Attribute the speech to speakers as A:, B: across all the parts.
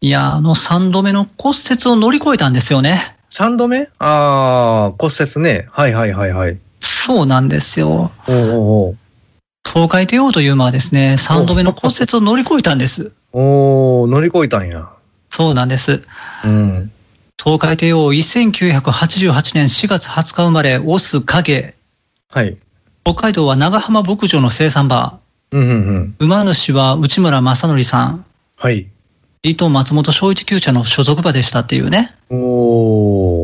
A: いや、あの3度目の骨折を乗り越えたんですよね。
B: 3度目ああ、骨折ね。はいはいはいはい。
A: そうなんですよ。
B: おうおう
A: 東海帝王という馬はですね、3度目の骨折を乗り越えたんです。
B: おうおう乗り越えたんや。
A: そうなんです。
B: うん。
A: 東海帝王1988年4月20日生まれ、オス影。
B: はい。
A: 北海道は長浜牧場の生産馬。
B: うんうんうん。
A: 馬主は内村正則さん。
B: はい。
A: 伊藤松本昭一厩舎の所属馬でしたっていうね。
B: お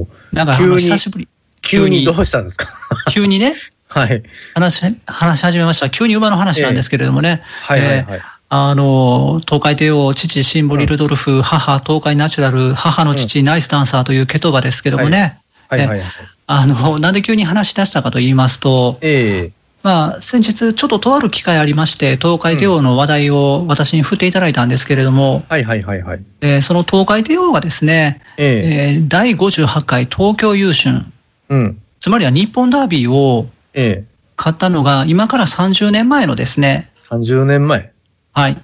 B: お
A: 長
B: 急
A: 浜
B: に
A: 久しぶり。
B: 急
A: 急
B: に
A: に
B: どうしたんですか
A: 急にね、
B: はい。
A: 話し、話し始めました。急に馬の話なんですけれどもね。
B: はいはいはい。
A: あの、東海帝王、父、シンボリルドルフ、母、東海ナチュラル、母の父、ナイスダンサーというケトバですけどもね、
B: はいはいはい。
A: あの、なんで急に話し出したかと言いますと、
B: ええ
A: まあ、先日、ちょっととある機会ありまして、東海帝王の話題を私に振っていただいたんですけれども、
B: はいはいはいはい。
A: えーその東海帝王がですね、
B: ええ
A: えー第58回東京優春、
B: うん。
A: つまりは日本ダービーを
B: ええ
A: 買ったのが、今から30年前のですね、
B: 30年前。
A: はい、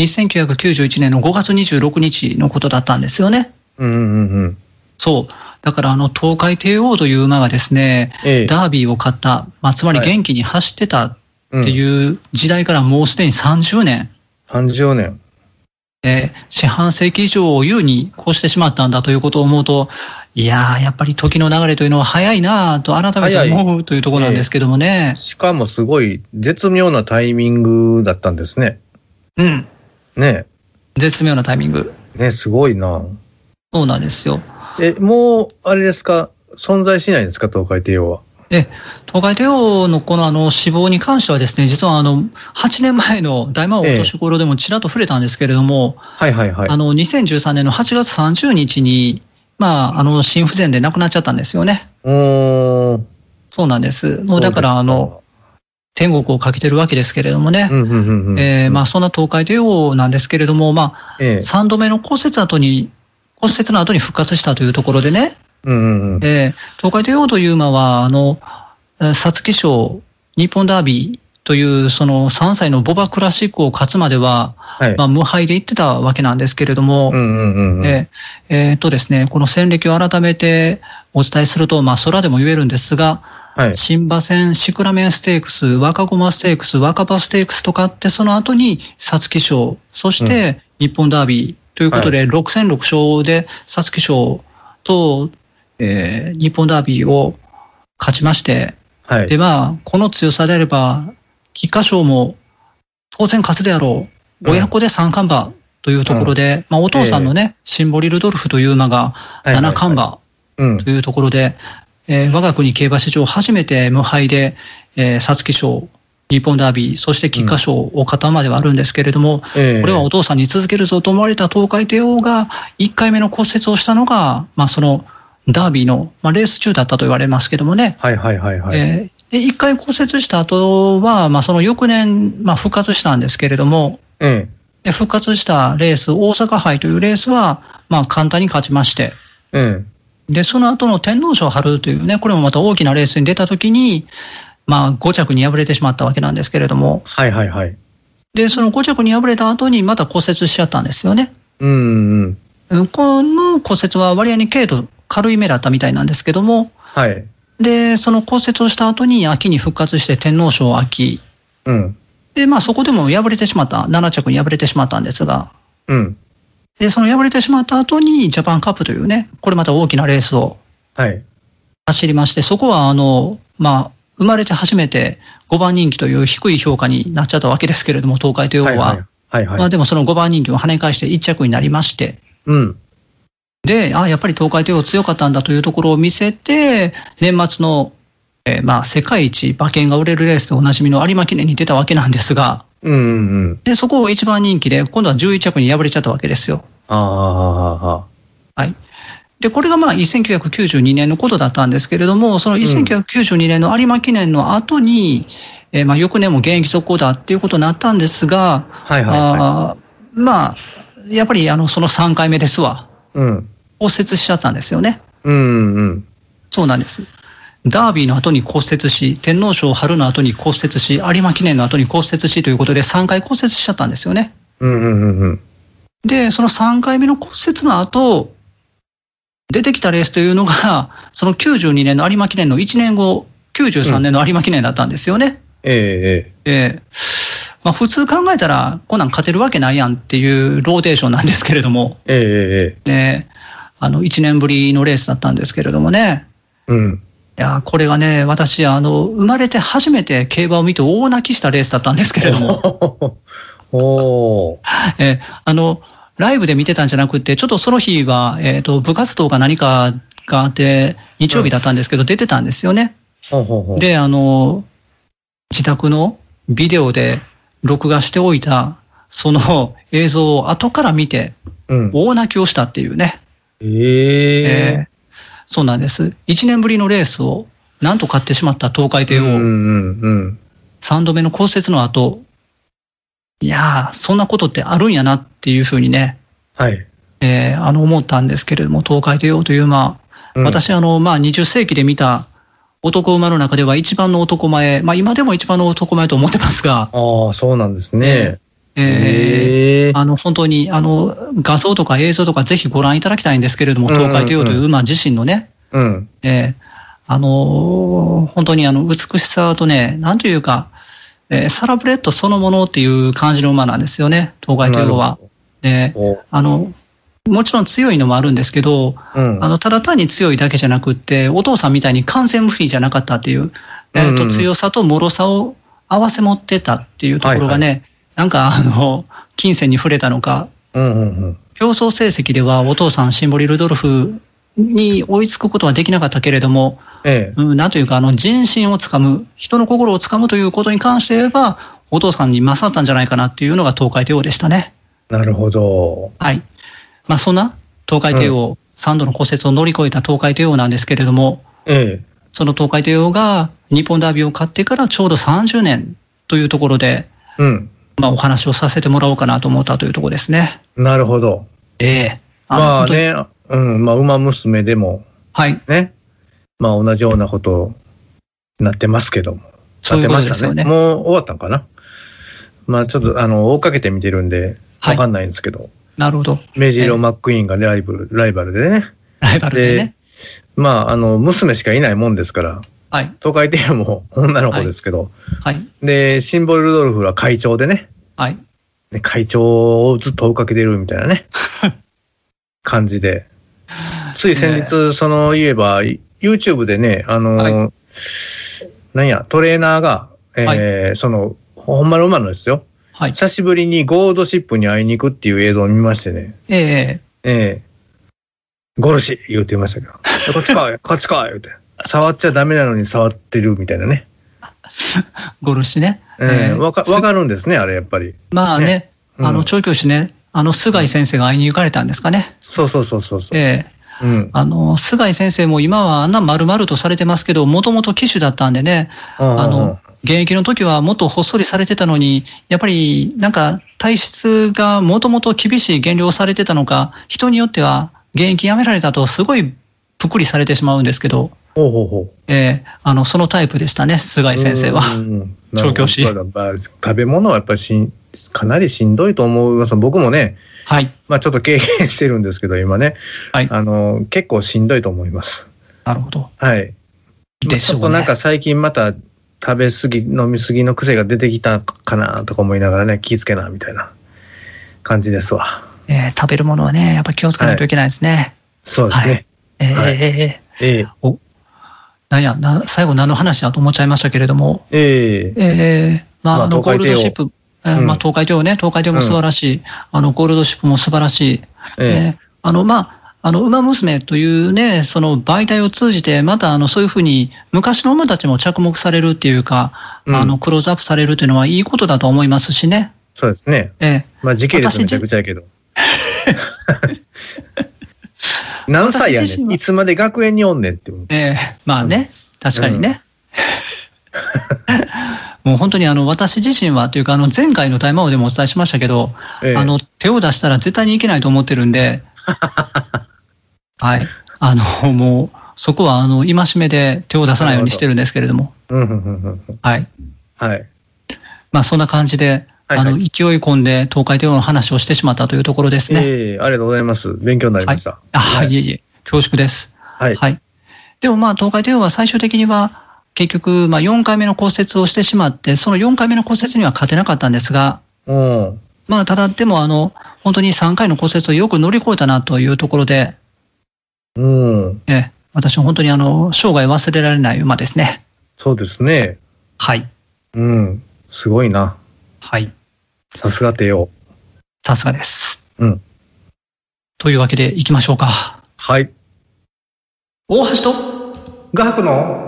A: 1991年の5月26日のことだったんですよね。
B: うんうんうんうん。
A: そう。だから、あの、東海帝王という馬がですね、
B: ええ
A: ダービーを買った、まあ、つまり
B: はい
A: 元気に走ってたっ
B: うん
A: ていう時代からもうすでに30年、
B: 30年。
A: えー四半世紀以上を優にこうしてしまったんだということを思うと、いやー、やっぱり時の流れというのは早いなぁと改めて思うというところなんですけどもね。
B: しかもすごい絶妙なタイミングだったんですね。
A: うん。
B: ね
A: 絶妙なタイミング。
B: え。ねえ、すごいな。
A: そうなんですよ。
B: え、もう、あれですか、存在しないんですか、東海帝王は。
A: え東海帝王のこのあの死亡に関してはですね、実はあの、8年前の大魔王お年頃でもちらっと触れたんですけれども、
B: はいはいはい。
A: あの2013年の8月30日に、まあ、あの心不全で亡くなっちゃったんですよね。
B: うーん。
A: そうなんです。もうだからあの天国をかけてるわけですけれどもね。
B: そうですか、うんうんうんうん。
A: えーまあ、そんな東海帝王なんですけれども、まあ、
B: ええ
A: 3度目の骨折後に、骨折の後に復活したというところでね、
B: うんうんうん。
A: えー東海帝王という馬は、あの、えー皐月賞、日本ダービーという、その3歳のボバクラシックを勝つまでは、
B: はい。
A: まあ、無敗で行ってたわけなんですけれども、
B: うんうんうんうん。
A: えーえーっとですね、この戦歴を改めてお伝えすると、まあ、空でも言えるんですが、
B: はい。
A: 新馬戦、シクラメンステークス、若駒ステークス、若葉ステークスとかって、その後に皐月賞、そして日本ダービーということで、6戦6勝で皐月賞と、えー日本ダービーを勝ちまして、
B: はい。
A: で、まあ、この強さであれば、菊花賞も当然勝つであろう。
B: うん
A: 親子で三冠馬というところで、まあ、お父さんのね、シンボリルドルフという馬が
B: いはいはい
A: 七冠馬
B: うん。
A: というところで、えー我が国競馬史上初めて無敗で、えー、皐月賞、日本ダービー、そして菊花賞を勝ったまではあるんですけれども、
B: ええ
A: これはお父さんに続けるぞと思われた東海帝王が1回目の骨折をしたのが、まあ、そのダービーの、まあ、レース中だったと言われますけどもね、
B: はいはいはいはい。
A: えーで、一回骨折した後は、まあ、その翌年、まあ、復活したんですけれども、
B: え
A: で復活したレース、大阪杯というレースは、まあ、簡単に勝ちまして、
B: ええ
A: で、その後の天皇賞春というね、これもまた大きなレースに出た時に、まあ、5着に敗れてしまったわけなんですけれども、
B: はいはいはい。
A: で、その5着に敗れた後にまた骨折しちゃったんですよね。
B: うんうん。
A: うんこの骨折は割合に軽度、軽い目だったみたいなんですけども、
B: はい。
A: で、その骨折をした後に秋に復活して天皇賞秋、
B: うん。
A: で、まあそこでも敗れてしまった、7着に敗れてしまったんですが、
B: うん。
A: で、その敗れてしまった後にジャパンカップというね、これまた大きなレースを
B: はい。
A: 走りまして、そこはあの、まあ、生まれて初めて5番人気という低い評価になっちゃったわけですけれども、東海帝王は。
B: はいはい。はいはい。
A: まあでもその5番人気を跳ね返して1着になりまして、
B: うん。
A: で、あやっぱり東海帝王強かったんだというところを見せて、年末の、えーまあ、世界一馬券が売れるレースでおなじみの有馬記念に出たわけなんですが、
B: うんうんうん。
A: で、そこを一番人気で、今度は11着に敗れちゃったわけですよ。
B: ああ、あ
A: はい。で、これがまあ1992年のことだったんですけれども、その1992年の有馬記念の後に、えーまあ翌年も現役続行だっていうことになったんですが、
B: はいはいはい
A: あーまあ、やっぱりあのその3回目ですわ。
B: あ。うん。
A: 骨折しちゃったんですよね。
B: うんうん。
A: そうなんです。ダービーの後に骨折し、天皇賞春の後に骨折し、有馬記念の後に骨折しということで3回骨折しちゃったんですよね。
B: うんうんうんうん。
A: で、その3回目の骨折の後、出てきたレースというのが、 その92年の有馬記念の1年後、93年の有馬記念だったんですよね。
B: ええ
A: で、まあ、普通考えたら、こんなん勝てるわけないやんっていうローテーションなんですけれども、
B: えええええ
A: ね、あの1年ぶりのレースだったんですけれどもね、
B: えうん。
A: いやーこれがね、私、あの生まれて初めて競馬を見て大泣きしたレースだったんですけれども、
B: おー。
A: えあのライブで見てたんじゃなくて、ちょっとその日は、えー、と部活動か何かがあって、日曜日だったんですけど、出てたんですよね。
B: ほうほうほう、
A: で、あの、自宅のビデオで録画しておいた、その映像を後から見て、
B: うん、
A: 大泣きをしたっていうね。
B: え
A: え
B: え
A: ーそうなんです。1年ぶりのレースを、なんと買ってしまった東海帝
B: う
A: 王、
B: んうんうん。
A: 3度目の骨折の後、いやー、そんなことってあるんやなっていうふうにね、
B: はい。
A: えーあの、思ったんですけれども、東海帝王という、まあ、
B: うん、
A: 私、あの、まあ、20世紀で見た男馬の中では一番の男前、まあ、今でも一番の男前と思ってますが、
B: ああ、そうなんです
A: え
B: ね。
A: ー
B: え
A: あの、本当に、あの、画像とか映像とかぜひご覧いただきたいんですけれども、
B: うんうんうん
A: 東海帝王という馬自身のね、
B: うん。
A: えーあのー本当にあの、美しさとね、なんというか、えーサラブレッドそのものっていう感じの馬なんですよね、東海帝王は。で、
B: おう
A: あの、もちろん強いのもあるんですけど、
B: うん。
A: あの、ただ単に強いだけじゃなくって、お父さんみたいに完全無理じゃなかったっていう、えー
B: うんうんう
A: と、
B: ん
A: 強さと脆さを合わせ持ってたっていうところがね、なんか、あの、金銭に触れたのか、
B: うんうんうん。
A: 競争成績ではお父さんシンボリ・ルドルフに追いつくことはできなかったけれども、
B: ええ
A: うん、なんというか、あの、人心をつかむ、人の心をつかむということに関して言えば、お父さんに勝ったんじゃないかなっていうのが東海帝王でしたね。
B: なるほど。
A: はい。まあ、そんな東海帝王、3度の骨折を乗り越えた東海帝王なんですけれども、
B: え
A: その東海帝王が日本ダービーを勝ってからちょうど30年というところで、
B: えうん。
A: まあ、お話をさせてもらおうかなと思ったというところですね。
B: なるほど。
A: ええあの
B: まあ
A: 本当に
B: ね、うん、まあ、馬娘でも
A: はい。
B: ね、まあ、同じようなことになってますけども。
A: そういう
B: な
A: こ
B: っ
A: と
B: て
A: で
B: まし
A: す
B: た
A: よね。
B: もう終わったんかな。まあ、ちょっと、あの、追っかけて見てるんで、
A: は
B: わ
A: い
B: かんないんですけど、
A: なるほど。
B: メジロ・マック・イーンがライブライバルでね、
A: ライバルでね。
B: まあ、あの、娘しかいないもんですから、
A: はい。
B: 東海帝王も女の子ですけど、
A: はい。
B: で、シンボル・ルドルフは会長でね、
A: はい。
B: ね会長をずっと追いかけてるみたい なね、感じで。つい先日、その、言えば、YouTube でね、あの、
A: は
B: なんや、トレーナーが、えーその、ほんまの馬のですよ。
A: はい。
B: 久しぶりにゴールドシップに会いに行くっていう映像を見ましてね、
A: ええ
B: ええゴルシ言うてま したけど、こっちかい、こっちかい言うて、触っちゃダメなのに触ってるみたいなね。
A: ゴルシね。
B: ええわか、
A: す
B: わかるんですね、あれ、やっぱり。
A: まあね、
B: うん
A: あの、調教師ね、あの、菅井先生が会いに行かれたんですかね。
B: そうそうそうそうそう。
A: ええ
B: うん。
A: あの、菅井先生も今はあんな丸々とされてますけど、もともと騎手だったんでね、あ
B: あ
A: の、、現役の時はもっとほっそりされてたのに、やっぱりなんか体質がもともと厳しい減量をされてたのか、人によっては現役やめられたとすごいぷっくりされてしまうんですけど、
B: ほうほうほう。
A: えーあの、そのタイプでしたね、菅井先生は。
B: うん。
A: 調教師
B: なるほどまあ食べ物はやっぱりしんかなりしんどいと思います。僕もね、
A: はい。
B: まあちょっと経験してるんですけど、 今ね、
A: はい
B: あの、結構しんどいと思います。
A: なるほど。
B: はい。
A: でし
B: ち
A: ょ
B: ょっ
A: うね。
B: となんか最近また食べ過ぎ、飲み過ぎの癖が出てきたかなとか思いながらね、気ぃつけな、みたいな感じですわ。
A: えー食べるものはね、やっぱ気をつけないといけないですね。
B: そうですね。
A: えー
B: はい
A: えーえー
B: ええ
A: なんやな、最後何の話だと思っちゃいましたけれども、
B: ええ
A: ええまあ、
B: まあ
A: あの、ゴ
B: 東
A: ール
B: 海帝王
A: ドシップ、えー
B: うん
A: まあ、東海帝王ね、東海帝王も素晴らしい、あの、ゴールドシップも素晴らしい、えー
B: え
A: あの、まあ、あの、馬娘というね、その媒体を通じて、また、あの、そういうふうに、昔の馬たちも着目されるっていうか、
B: うん
A: あの、クローズアップされるというのはいいことだと思いますしね、
B: そうですね。
A: え
B: まあ時系列めちゃくちゃやけど。何歳やね
A: 私自身
B: ん。
A: はい
B: つまで学園におんねんって思う
A: えええまあね、確かに ね。もう本当にあの私自身はというかあの前回の大魔王でもお伝えしましたけど、
B: ええ
A: あの、手を出したら絶対にいけないと思ってるんで、はい。あの、もう、そこは、あの、戒めで手を出さないようにしてるんですけれども、
B: うんうんうんうんうん
A: はい。
B: はい。
A: まあ、そんな感じで、
B: はいはい
A: あの、勢い込んで東海帝王の話をしてしまったというところですね。
B: ええありがとうございます。勉強になりました。
A: あ、はい、いえいえ、恐縮です。
B: はい。はい。
A: はい。でもまあ、東海帝王は最終的には、結局、まあ、4回目の骨折をしてしまって、その4回目の骨折には勝てなかったんですが、
B: うん。
A: まあ、ただ、でも、あの、本当に3回の骨折をよく乗り越えたなというところで、
B: うん。
A: ええ、私、本当にあの、生涯忘れられない馬ですね。
B: そうですね。
A: はい。
B: うん。すごいな。
A: はい。
B: さすが帝王。
A: さすがです。
B: うん。
A: というわけで、行きましょうか。
B: はい。
A: 大橋と
B: 画伯の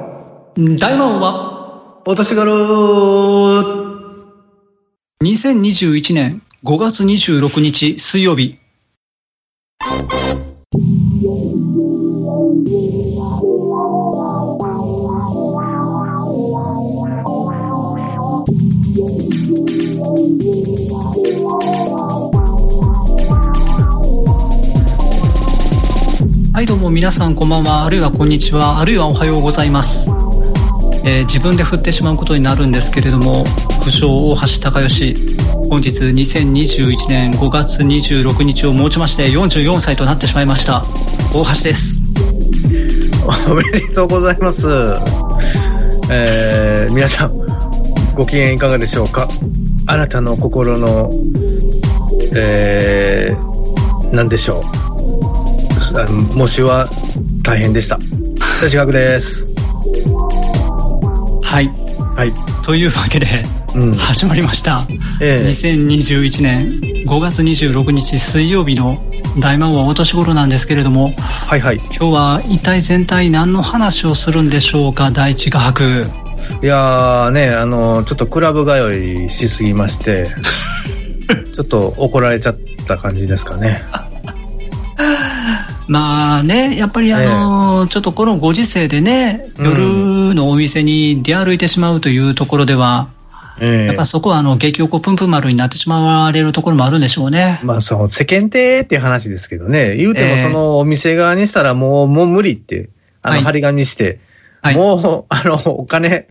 A: 大魔王は、
B: お年頃
A: 2021年5月26日水曜日。はい、どうも皆さんこんばんは、あるいはこんにちは、あるいはおはようございます。えー自分で振ってしまうことになるんですけれども不詳大橋隆義本日2021年5月26日をもちまして44歳となってしまいました大橋です
B: おめでとうございます。えー、皆さん、ご機嫌いかがでしょうかあなたの心の、えー、なんでしょう。あの模試は大変でした。私学です。
A: はい
B: はい。
A: というわけで
B: うん。
A: 始まりました
B: えー、
A: 2021年5月26日水曜日の大魔王はお年頃なんですけれども
B: はいはい。
A: 今日は一体全体何の話をするんでしょうか第一画伯
B: いやーね、あの、ちょっとクラブ通いしすぎ まして、ちょっと怒られちゃった感じですかね。
A: まあね、やっぱりあの、ちょっとこのご時世でね、
B: うん
A: 夜のお店に出歩いてしまうというところでは、
B: え
A: やっぱそこはあの、激おこぷんぷん丸になってしまわれるところもあるんでしょうね。
B: まあ、その世間体っていう話ですけどね、言うて
A: え
B: も
A: え
B: そのお店側にしたらもう、もう無理って、あ
A: はい
B: の、張り紙して、
A: はい。
B: もう、あの、お金、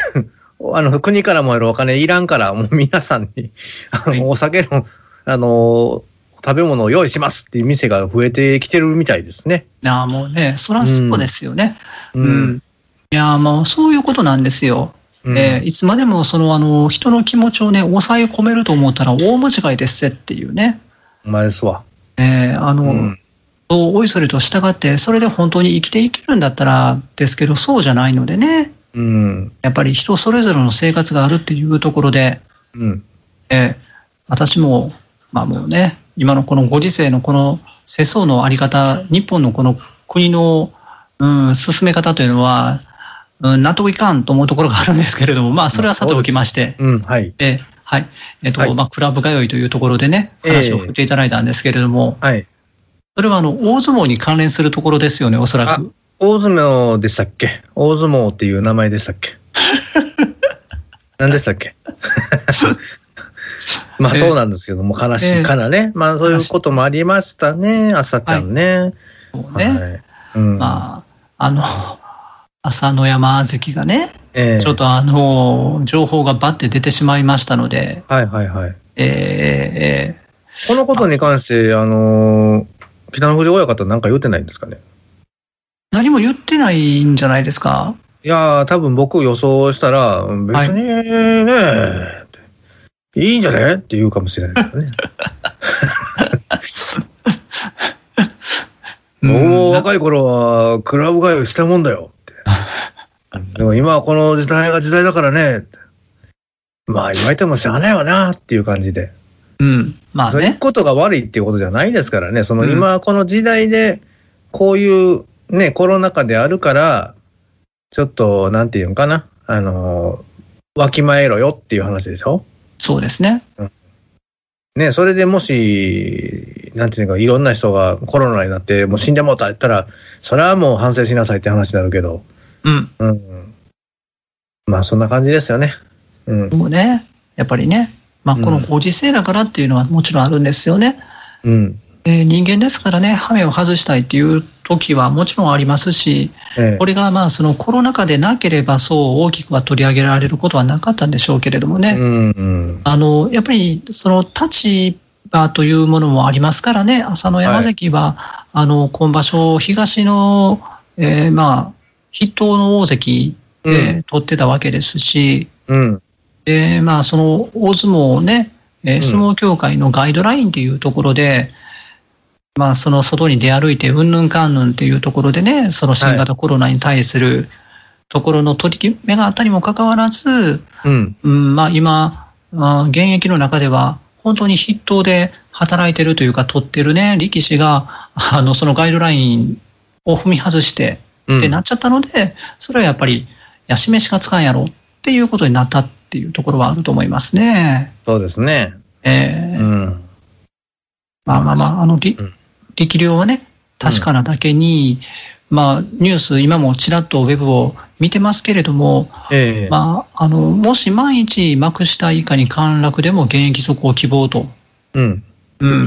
B: あの、国からもやるお金いらんから、もう皆さんに、あ
A: はい
B: の、お酒の、あの、食べ物を用意しますっていう店が増えてきてるみたいですね。
A: なあもうね、そらそうですよね。
B: う
A: うん。いや、もうそういうことなんですよ。
B: うん
A: えーいつまでもそのあの、人の気持ちをね、抑え込めると思ったら大間違いですっていうね。
B: お前ですわ。
A: えーあの、
B: うん。
A: おいそれと従って、それで本当に生きていけるんだったらですけど、そうじゃないのでね。
B: うん。
A: やっぱり人それぞれの生活があるっていうところで、
B: うん。
A: えー私も、まあもうね、今のこのご時世のこの世相のあり方、日本のこの国の、うん、進め方というのは、うん、納得いかんと思うところがあるんですけれども、まあそれはさておきまして、
B: うん。はい。
A: えーはい、えっ、と、
B: はい
A: まあクラブ通いというところでね、話を振っていただいたんですけれども、
B: はい。
A: それはあの、大相撲に関連するところですよね、おそら
B: あ
A: く。、
B: 大相撲でしたっけ大相撲っていう名前でしたっ け何でしたっけ まあ
A: ええ
B: そうなんですけども、悲しいからね。まあそういうこともありましたね、朝ちゃんね。
A: そう
B: はい。
A: ね。
B: うん。
A: まあ、あの、朝乃山関がね、
B: ええ
A: ちょっとあの、情報がバッて出てしまいましたので、
B: はいはいはい。
A: えーえー
B: このことに関して、あのー北の富士親方なんか言ってないんですかね。
A: 何も言ってないんじゃないですか。
B: いやー、多分僕予想したら、うん別にね、い、いんじゃねって言うかもしれないですね。もう
A: うん
B: 若い頃はクラブ通いしたもんだよって。でも今はこの時代が時代だからねって。まあ言われてもしゃあないわなっていう感じで。
A: うん。まあ
B: そういう
A: ね。
B: ことが悪いっていうことじゃないですからね。その
A: うん
B: 今この時代でこういうね、コロナ禍であるから、ちょっとなんていうのかな。あのー、わきまえろよっていう話でしょ。
A: そうですね。
B: ね、それでもし、なんていうか、いろんな人がコロナになって、もう死んでもうたって言ったら、それはもう反省しなさいって話になるけど、
A: うん。
B: うん。まあ、そんな感じですよね。うん。
A: もうね、やっぱりね、まあ、このご時世だからっていうのはもちろんあるんですよね。
B: うん。
A: で人間ですからね、ハメを外したいっていう時はもちろんありますし、
B: ええ
A: これがまあそのコロナ禍でなければそう大きくは取り上げられることはなかったんでしょうけれどもね、
B: うんうん。
A: あのやっぱりその立場というものもありますからね、浅野山崎は、あの今場所、東の、えーまあ筆頭の大関
B: うん
A: で取ってたわけですし、
B: うん。
A: でまあ、その大相撲をね、えー
B: うん
A: 相撲協会のガイドラインっていうところで、まあ、その外に出歩いて、うんぬんかんぬんっていうところでね、その新型コロナに対するところの取り決めがあったにもかかわらず、
B: うん。
A: うんまあ、今、あー現役の中では、本当に筆頭で働いてるというか、取ってるね、力士が、あのそのガイドラインを踏み外して
B: うん
A: ってなっちゃったので、それはやっぱり、やしめしかつかんやろっていうことになったっていうところはあると思いますね。
B: そうですね。
A: え
B: う
A: ー
B: ん。
A: まあまあまあ、あの、り
B: うん
A: 力量はね、確かなだけに、まあ、ニュース、今もちらっとウェブを見てますけれども、
B: ええ
A: まあ、あのもし万一幕下以下に陥落でも現役続行希望と、
B: うん。
A: うん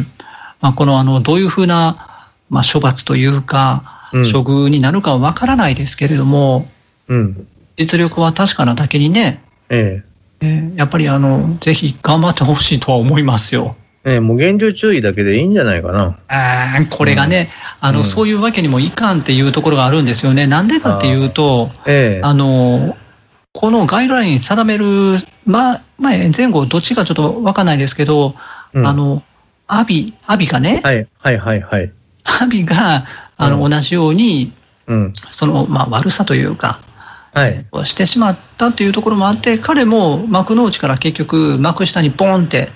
A: まあ、このあのどういうふうな、まあ、処罰というか、
B: うん
A: 処遇になるかは分からないですけれども、
B: うん。
A: 実力は確かなだけにね、
B: え
A: えーやっぱりあのぜひ頑張ってほしいとは思いますよ。
B: え。ねえもう厳重注意だけでいいんじゃないかな。
A: あーこれがね、あの
B: うん
A: そういうわけにもいかんっていうところがあるんですよね。なんでかっていうと、
B: ええ。
A: あのこのガイドラインに定める、ま、前前後どっちかちょっとわかんないですけど、
B: うん
A: あ、のアビアビがね、
B: はい、はい、はい、はい。
A: アビがあの、
B: うん
A: 同じように
B: うん。
A: その、まあ、悪さというか、
B: はい。
A: をしてしまったというところもあって彼も幕の内から結局幕下にボンって、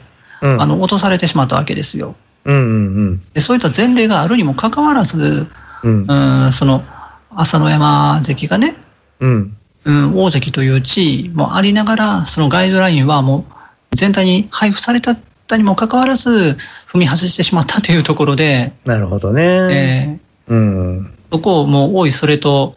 B: うん。
A: あ、の落とされてしまったわけですよ。
B: うん、うん、
A: でそういった前例があるにもかかわらず、
B: うん。
A: う
B: うん。
A: ーんその朝乃山関がね
B: うん。
A: うん、大関という地位もありながら、そのガイドラインはもう全体に配布されたにもかかわらず、踏み外してしまったというところで、
B: なるほどね。
A: え
B: うん。
A: ーそこをもう、おいそれと、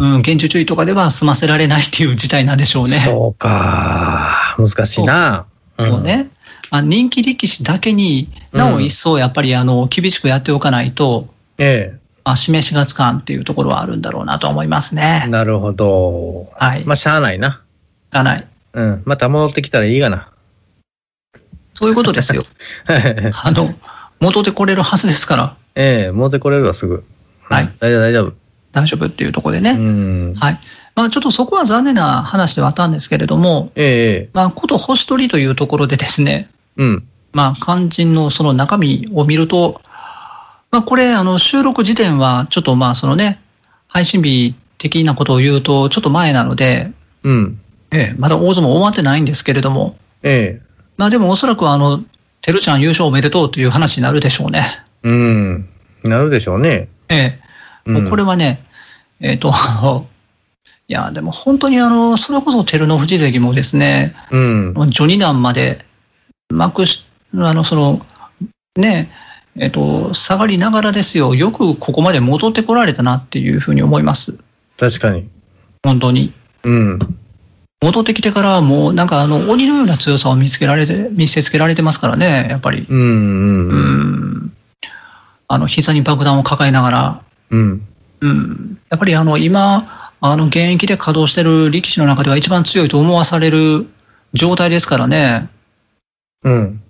A: うん、厳重注意とかでは済ませられないっていう事態なんでしょうね。
B: そうか。難しいな。
A: もう。ねあ人気力士だけになお一層やっぱりあの厳しくやっておかないと、
B: え
A: まあ、示しがつかんっていうところはあるんだろうなと思います
B: え。
A: ね。
B: なるほど。
A: はい。
B: まあ、しゃあないな。
A: がない。
B: うん。また戻ってきたらいいがな。
A: そういうことですよ。あの、戻ってこれるはずですから。
B: ええ、戻ってこれるわ、すぐ。
A: はい。
B: 大丈夫、大丈夫。
A: 大丈夫っていうところでね、
B: うん。
A: はいまあ、ちょっとそこは残念な話ではあったんですけれども、
B: ええ、ええ。
A: まあ、こと星取りというところでですね、
B: うん。
A: まあ、肝心のその中身を見ると、まあ、これ、あの収録時点は、ちょっとまあそのね、配信日的なことを言うと、ちょっと前なので、
B: うん。
A: ええまだ大相撲終わってないんですけれども、
B: え
A: まあ、でもおそらくあの、てるちゃん優勝おめでとうという話になるでしょうね。
B: え。うん。なるでしょうね。
A: ええ、もうこれはね、えっ、と、 いや、でも本当にあの、それこそ照ノ富士関もですね、
B: うん。
A: 序二段まで幕し、あの、その、ね、えっと、下がりながらですよ、よくここまで戻ってこられたなっていうふうに思います。
B: 確かに。
A: 本当に。
B: うん。
A: 戻ってきてからはもう、なんかあの、鬼のような強さを見つけられて、見せつけられてますからね、やっぱり。
B: うん。
A: う
B: うん。
A: ん。あの、膝に爆弾を抱えながら、
B: うん。
A: うん。やっぱりあの、今、あの、現役で稼働してる力士の中では一番強いと思わされる状態ですからね。
B: うん。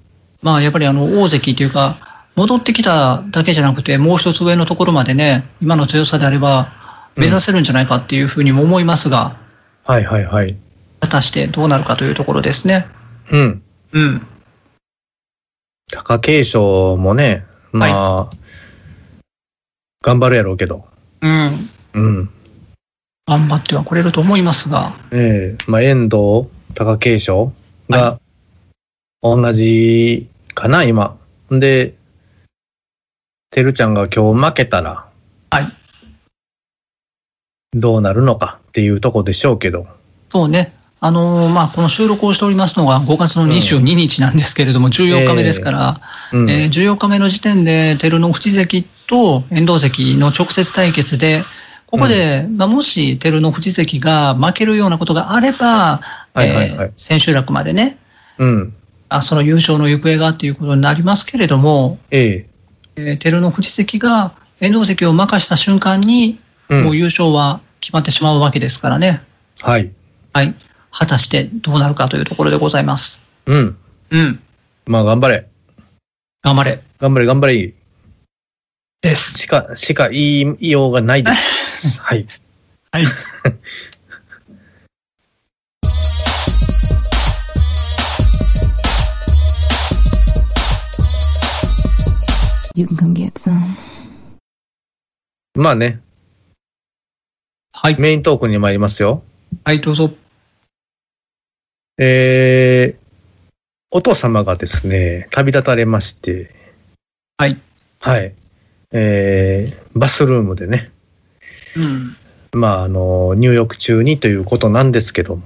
A: まあ、やっぱりあの大関というか、戻ってきただけじゃなくて、もう一つ上のところまでね、今の強さであれば、
B: うん
A: 目指せるんじゃないかっていうふうにも思いますが、
B: はいはいはい。
A: 果たしてどうなるかというところですね。
B: うん。
A: うん。
B: 貴景勝もね、まあ、頑張るやろうけど。
A: うん。
B: うん。
A: 頑張ってはこれると思いますが、
B: ええまあ、遠藤、貴景勝が、同じかな、今。で、てるちゃんが今日負けたら、
A: はい。
B: どうなるのかっていうとこでしょうけど。
A: そうね、あのーまあ、この収録をしておりますのが5月の22日なんですけれども、14日目ですから、
B: うん。
A: えー14日目の時点で照ノ富士関と遠藤関の直接対決で、ここで、まあ、もし照ノ富士関が負けるようなことがあれば、
B: はいはいはい
A: えー千秋楽までね
B: うん。
A: あ、その優勝の行方がということになりますけれども、
B: ええ
A: えー照ノ富士関が遠藤関を任した瞬間に、
B: うん
A: もう優勝は決まってしまうわけですからね。
B: はい。
A: はい。果たしてどうなるかというところでございます。
B: うん。
A: うん。
B: まあ、頑張れ。
A: 頑張れ。
B: 頑張れ、頑張れ。
A: です。
B: しか、しか言いようがな いです。はい。
A: はい。
C: You can come get some.
B: まあね、
A: はい。
B: メイントークに参りますよ。
A: はい、どうぞ。
B: えー、お父様がですね、旅立たれまして、
A: はい。
B: はい。えー、バスルームでね、
A: うん。
B: まあ、あの、入浴中にということなんですけども。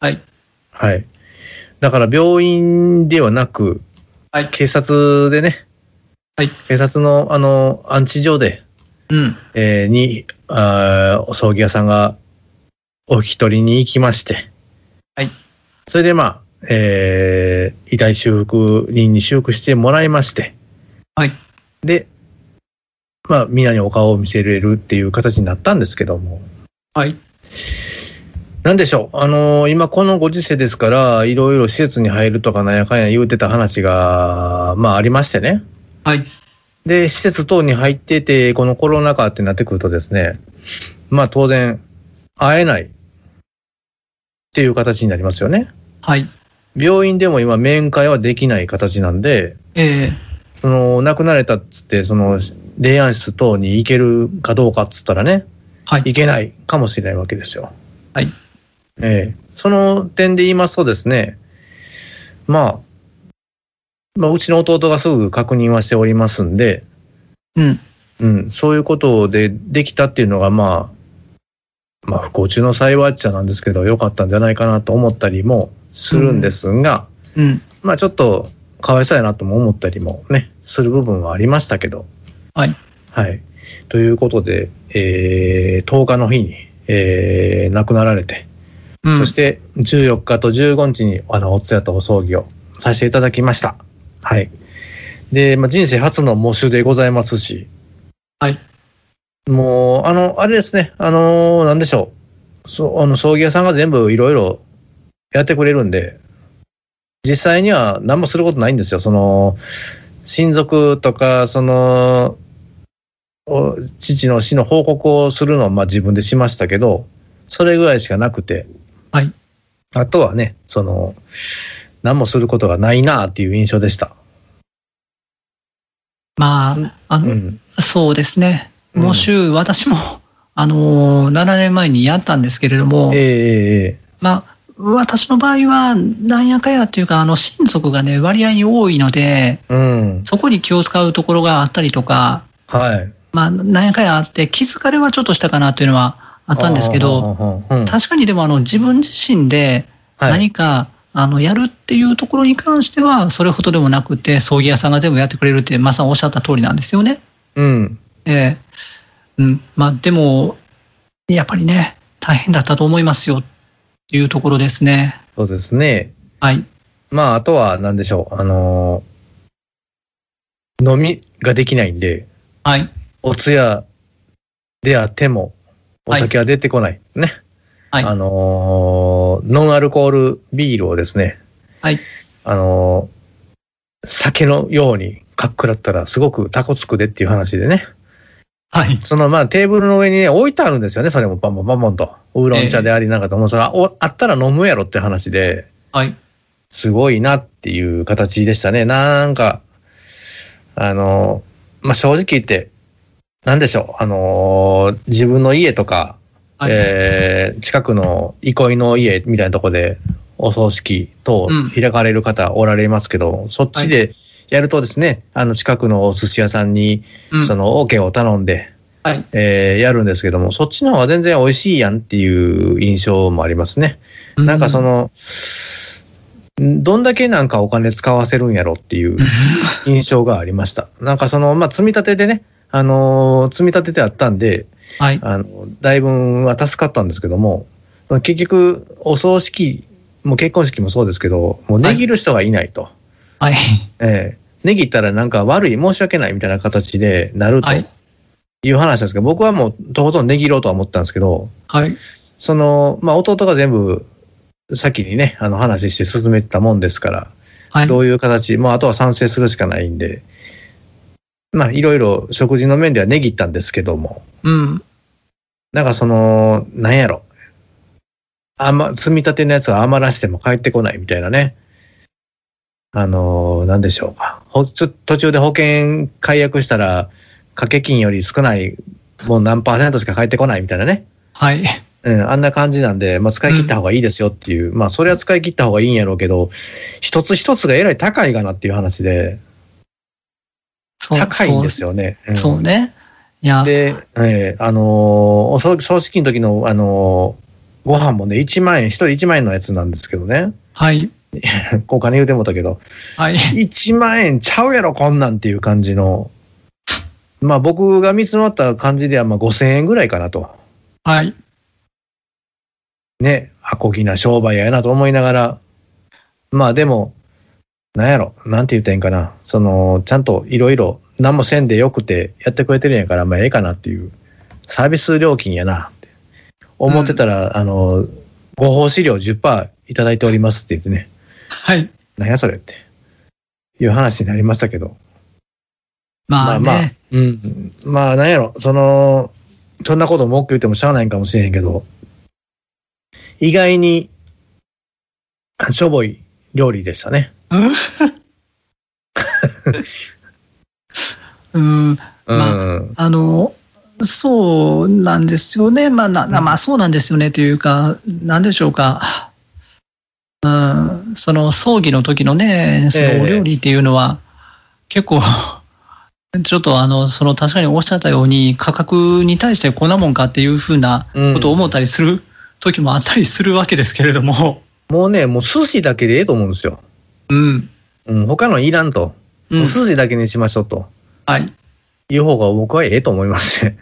A: はい。
B: はい。だから病院ではなく、
A: はい
B: 警察でね、
A: はい
B: 警察の、あの、安置所で、
A: うん。
B: えーに、あーお葬儀屋さんがお引き取りに行きまして。
A: はい。
B: それでまあ、えー、遺体修復人に修復してもらいまして。
A: はい。
B: で、まあ、みんなにお顔を見せれるっていう形になったんですけども。
A: はい。
B: なんでしょう。あのー今このご時世ですから、いろいろ施設に入るとかなんやかんや言うてた話が、まあありましてね。
A: はい。
B: で、施設等に入ってて、このコロナ禍ってなってくるとですね、まあ当然、会えないっていう形になりますよね。
A: はい。
B: 病院でも今面会はできない形なんで、
A: えー、
B: その亡くなれたっつって、その霊安室等に行けるかどうかっつったらね、
A: はい。
B: 行けないかもしれないわけですよ。
A: はい。
B: ええその点で言いますとですね、まあ、まあ、うちの弟がすぐ確認はしておりますんで、
A: うん。
B: うん、そういうことでできたっていうのが、まあ、まあ、不幸中の幸いっちゃなんですけど、良かったんじゃないかなと思ったりもするんですが、
A: うん。
B: まあ、ちょっと、かわいそうやなとも思ったりもね、する部分はありましたけど。
A: はい。
B: はい。ということで、えー、10日の日に、えー、亡くなられて、
A: うん。
B: そして14日と15日に、あの、お通夜とお葬儀をさせていただきました。はい。で、まあ、人生初の喪主でございますし、
A: はい。
B: もう、あの、あれですね、あのーなんでしょう。そう、あの、葬儀屋さんが全部いろいろやってくれるんで、実際には何もすることないんですよ。その、親族とか、その、お父の死の報告をするのは、まあ自分でしましたけど、それぐらいしかなくて、
A: はい。
B: あとはね、その、何もすることがないなっていう印象でした。
A: まあ、あ
B: う
A: の、
B: ん。
A: そうですね。
B: うん
A: もし、私も、あのー、7年前にやったんですけれども、
B: ええええ
A: まあ、私の場合は、なんやかやっていうか、あの、親族がね、割合に多いので、
B: ええうん。
A: そこに気を使うところがあったりとか、
B: はい。
A: まあ、なんやかやあって、気づかれはちょっとしたかなというのはあ
B: あ
A: ったんですけど、
B: ー、うん
A: 確かにでも、あの、自分自身で
B: はい
A: 何か、あの、やるっていうところに関しては、それほどでもなくて、葬儀屋さんが全部やってくれるって、まさにおっしゃった通りなんですよね。
B: うん。
A: ええうん、まあでも、やっぱりね、大変だったと思いますよっていうところですね。
B: そうですね。
A: はい。
B: まあ、あとは、なんでしょう。あのー飲みができないんで、
A: はい。
B: お通夜であっても、お
A: はい
B: 酒は出てこない。ね。
A: はい
B: あのーノンアルコールビールをですね、
A: はい。
B: あのー酒のようにかっくらったらすごくタコつくでっていう話でね。
A: はい。
B: そのまあテーブルの上にね、置いてあるんですよね、それもバンバンバンバンと。ウーロン茶でありなんかと、もうそれはおあったら飲むやろって話で、
A: はい。
B: すごいなっていう形でしたね。なんか、あのー、まあ正直言って、なんでしょう、あのー自分の家とか、
A: はい。
B: えー近くの憩いの家みたいなとこでお葬式等
A: うん
B: 開かれる方おられますけど、そっちでやるとですね、あの近くのお寿司屋さんに
A: うん
B: その OK を頼んで、
A: はい
B: えーやるんですけども、そっちの方が全然美味しいやんっていう印象もありますね。なんかそ、の、どんだけなんかお金使わせるんやろっていう
A: うん
B: 印象がありました。なんかその、まあ、積み立てでね、あのー積み立ててあったんで、
A: はい。
B: あの、だいぶは助かったんですけども、結局、お葬式も結婚式もそうですけど、もうできる人がいないと。
A: はい。
B: ええ値切ったらなんか悪い、申し訳ないみたいな形でなると
A: はい。
B: いう話なんですけど、僕はもうとことん値切ろうとは思ったんですけど、
A: はい。
B: その、まあ、弟が全部先にね、あの話して進めてたもんですから、
A: はい。
B: どういう形、まあ、あとは賛成するしかないんで、まあ、いろいろ食事の面では値切ったんですけども、
A: うん。
B: なんかその、なんやろ。あま、積み立てのやつは余らしても帰ってこないみたいなね。あのー、なんでしょうか。ほちょ途中で保険解約したら、掛け金より少ない、もう何パーセントしか返ってこないみたいなね。
A: はい。
B: うん、あんな感じなんで、まあ、使い切った方がいいですよっていう、まあ、それは使い切った方がいいんやろうけど、一つ一つがえらい高いかなっていう話で、
A: そう
B: 高いんですよね。うん
A: そうそうね。いや、
B: で、えーあのーお葬葬式の時の、あのーご飯もね、1万円、一人1万円のやつなんですけどね、
A: はい。
B: お金言うてもたけど、
A: はい。
B: 1万円ちゃうやろ、こんなんっていう感じの、まあ僕が見積もった感じでは、まあ5000円ぐらいかなと。
A: はい。
B: ね、アコギな商売やなと思いながら、まあでも、なんやろ、なんて言うてんかな、その、ちゃんといろいろ、何もせんでよくてやってくれてるんやから、まあええかなっていう、サービス料金やなって思ってたら、あの、ご奉仕料10%いただいておりますって言ってね、
A: はい。
B: なんやそれって、いう話になりましたけど、
A: まあ
B: まあまあ
A: ね。
B: うん、まあなんやろ、その、そんなこと文句言ってもしゃあないんかもしれへんけど、意外に、しょぼい料理でしたね。
A: うん。
B: うん。
A: まあの、そうなんですよね。まあ、な、なまあ、そうなんですよねというか、なんでしょうか。うん、その葬儀の時のね、そ
B: ええ
A: のお料理っていうのは、結構、ちょっとあの、その確かにおっしゃったように、価格に対してこんなもんかっていうふうなことを思ったりする時もあったりするわけですけれども、
B: もうね、もう寿司だけでええと思うんですよ。
A: うん、
B: うん、他のいらんと。
A: う
B: も
A: ん
B: う、寿司だけにしましょうと。
A: はい、
B: いう方が僕はええと思いますね。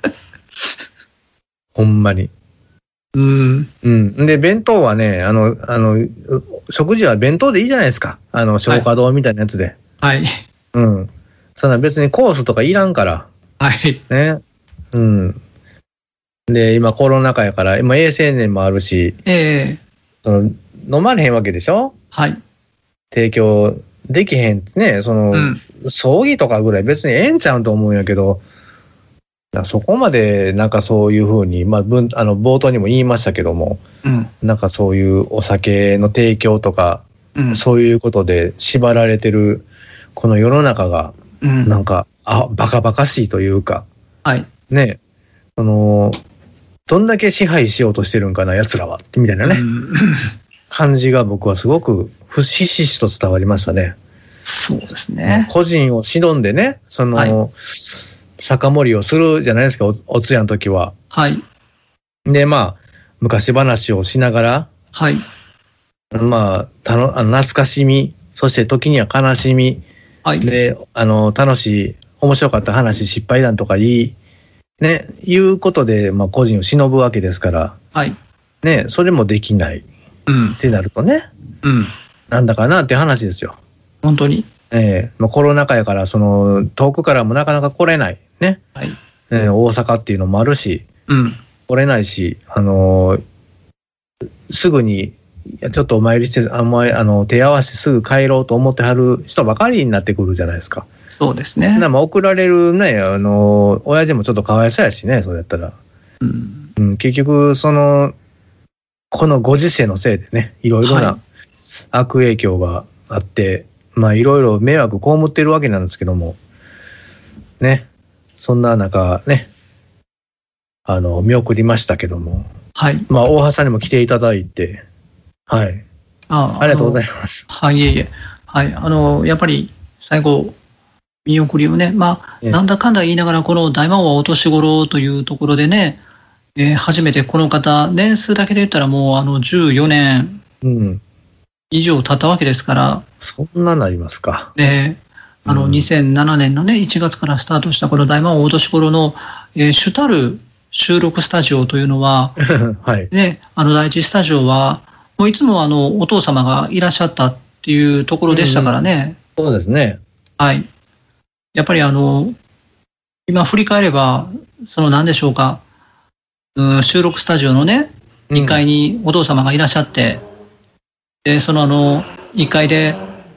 B: ほんまに。
A: うん、
B: うん。で、弁当はね、あの、あの、う食事は弁当でいいじゃないですか。あの、消化堂みたいなやつで。
A: はい、
B: うん。そんな別にコースとかいらんから、
A: はい、
B: ね。うん。で、今コロナ禍やから、今衛生面もあるし、
A: ええ
B: その飲まれへんわけでしょ
A: はい、
B: 提供できへんね。その、
A: うん、
B: 葬儀とかぐらい別にええんちゃうんと思うんやけど、だからそこまでなんかそういうふうに、まあ、ぶんあの冒頭にも言いましたけども、
A: うん、
B: なんかそういうお酒の提供とか、
A: うん、
B: そういうことで縛られてる、この世の中が、
A: うん、
B: なんか、あ、バカバカしいというか、
A: はい、
B: ね、その、どんだけ支配しようとしてるんかな、奴らは、みたいなね、
A: うん
B: 感じが僕はすごく、不しししと伝わりましたね。
A: そうですね。
B: 個人を忍んでね、その、
A: はい
B: 酒盛りをするじゃないですか、おお通夜の時は。
A: はい。
B: で、まあ、昔話をしなが
A: はい。
B: ら、まあ、たのあの懐かしみ、そして時には悲しみ、
A: はい。
B: で、あの、楽しい、面白かった話、失敗談とかいい、ね、いうことで、まあ、個人を忍ぶわけですから、
A: はい。
B: ね、それもできないっ
A: うん。
B: てなるとね、
A: うん。
B: なんだかなって話ですよ。
A: 本当に。
B: ええまあ、コロナ禍やから、その、遠くからもなかなか来れない、ね、
A: はい。
B: ええ大阪っていうのもあるし、
A: うん。
B: 来れないし、あのすぐに、いやちょっとお参りして、あんまり、あの、手合わせてすぐ帰ろうと思ってはる人ばかりになってくるじゃないですか。
A: そうです
B: だ
A: ね
B: から。まあ送られるね、あの、親父もちょっとかわいそうやしね、そうやったら。
A: うん。
B: うん、結局、その、このご時世のせいでね、いろいろ
A: は
B: な悪影響があって、まあいろいろ迷惑被ってるわけなんですけども、ね、そんな中ね、あの、見送りましたけども、
A: はい。
B: まあ大橋さんにも来ていただいて、はい、
A: あ
B: ありがとうござ
A: ま
B: います。
A: す。はい、いえいえ。はい。あの、やっぱり、最後、見送りをね、まあ、
B: ええ
A: なんだかんだ言いながら、この大魔王はお年頃というところでね、えー初めてこの方、年数だけで言ったらもう、あの、14年
B: うん、
A: 以上経ったわけですから、
B: そんななりますか。
A: で、あ
B: う
A: の、
B: ん
A: 2007年のね、1月からスタートしたこの大魔王お年頃の、えー主たる収録スタジオというのは、
B: はい、
A: ね、あの、第一スタジオは、もういつもあの、お父様がいらっしゃったっていうところでしたからね。
B: そうですね。
A: はい。やっぱりあの、今振り返れば、その何でしょうか、うん、収録スタジオのね、
B: 2
A: 1階にお父様がいらっしゃって、で、そのあの、1階で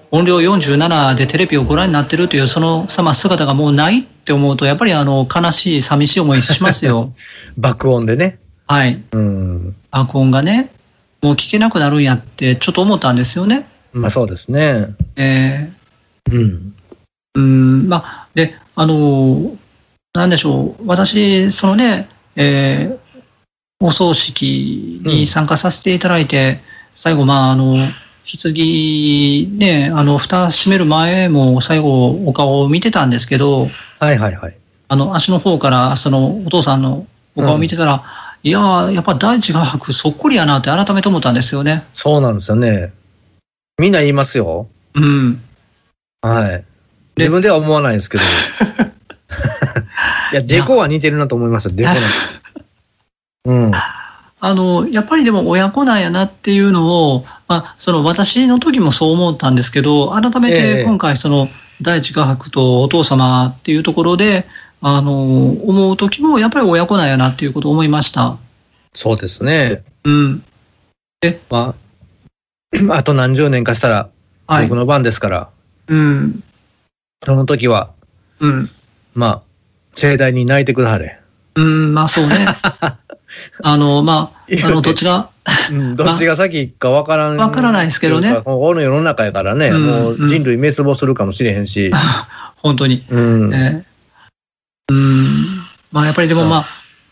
A: 音量47でテレビをご覧になってるという、その様姿がもうないって思うと、やっぱりあの、悲しい、寂しい思いしますよ。
B: 爆音でね。
A: はい。
B: うん。
A: 爆音がね、もう聞けなくなるんやって、ちょっと思ったんですよね。
B: まあそうですね。
A: えー
B: うん。
A: うん、まあ、で、あの、なんでしょう、私、そのね、えーお葬式に参加させていただいて、最後、まあ、あの、棺、ね、あの、蓋閉める前も最後、お顔を見てたんですけど、
B: はいはいはい。
A: あの、足の方から、その、お父さんのお顔を見てたら、いやー、やっぱ大地画伯そっくりやなって改めて思ったんですよね。
B: そうなんですよね。みんな言いますよ。
A: うん。
B: はい。自分では思わないで すけど。いや、デコは似てるなと思いました、デコなんか うん。
A: あの、やっぱりでも親子なんやなっていうのを、まあ、その私の時もそう思ったんですけど、改め
B: ええ
A: て今回その第一画伯とお父様っていうところで、あの、思う時もやっぱり親子なんやなっていうことを思いました。
B: そうですね。
A: うん。
B: まあ、 あと何十年かしたら、
A: はい
B: 僕。の番ですから、
A: うん。
B: その時は、
A: うん。
B: まあ、盛大に泣いてくだはれ。
A: うん、まあそう ね。あの、ま
B: 言う
A: あ、
B: て
A: あの、どちら、
B: うん どっちが先かわからん。
A: わからないですけどね
B: もうこの世の中やからね、
A: うん
B: もう人類滅亡するかもしれへんし。
A: 本当に。
B: う ん。
A: ええうん。まあやっぱりでもまあ、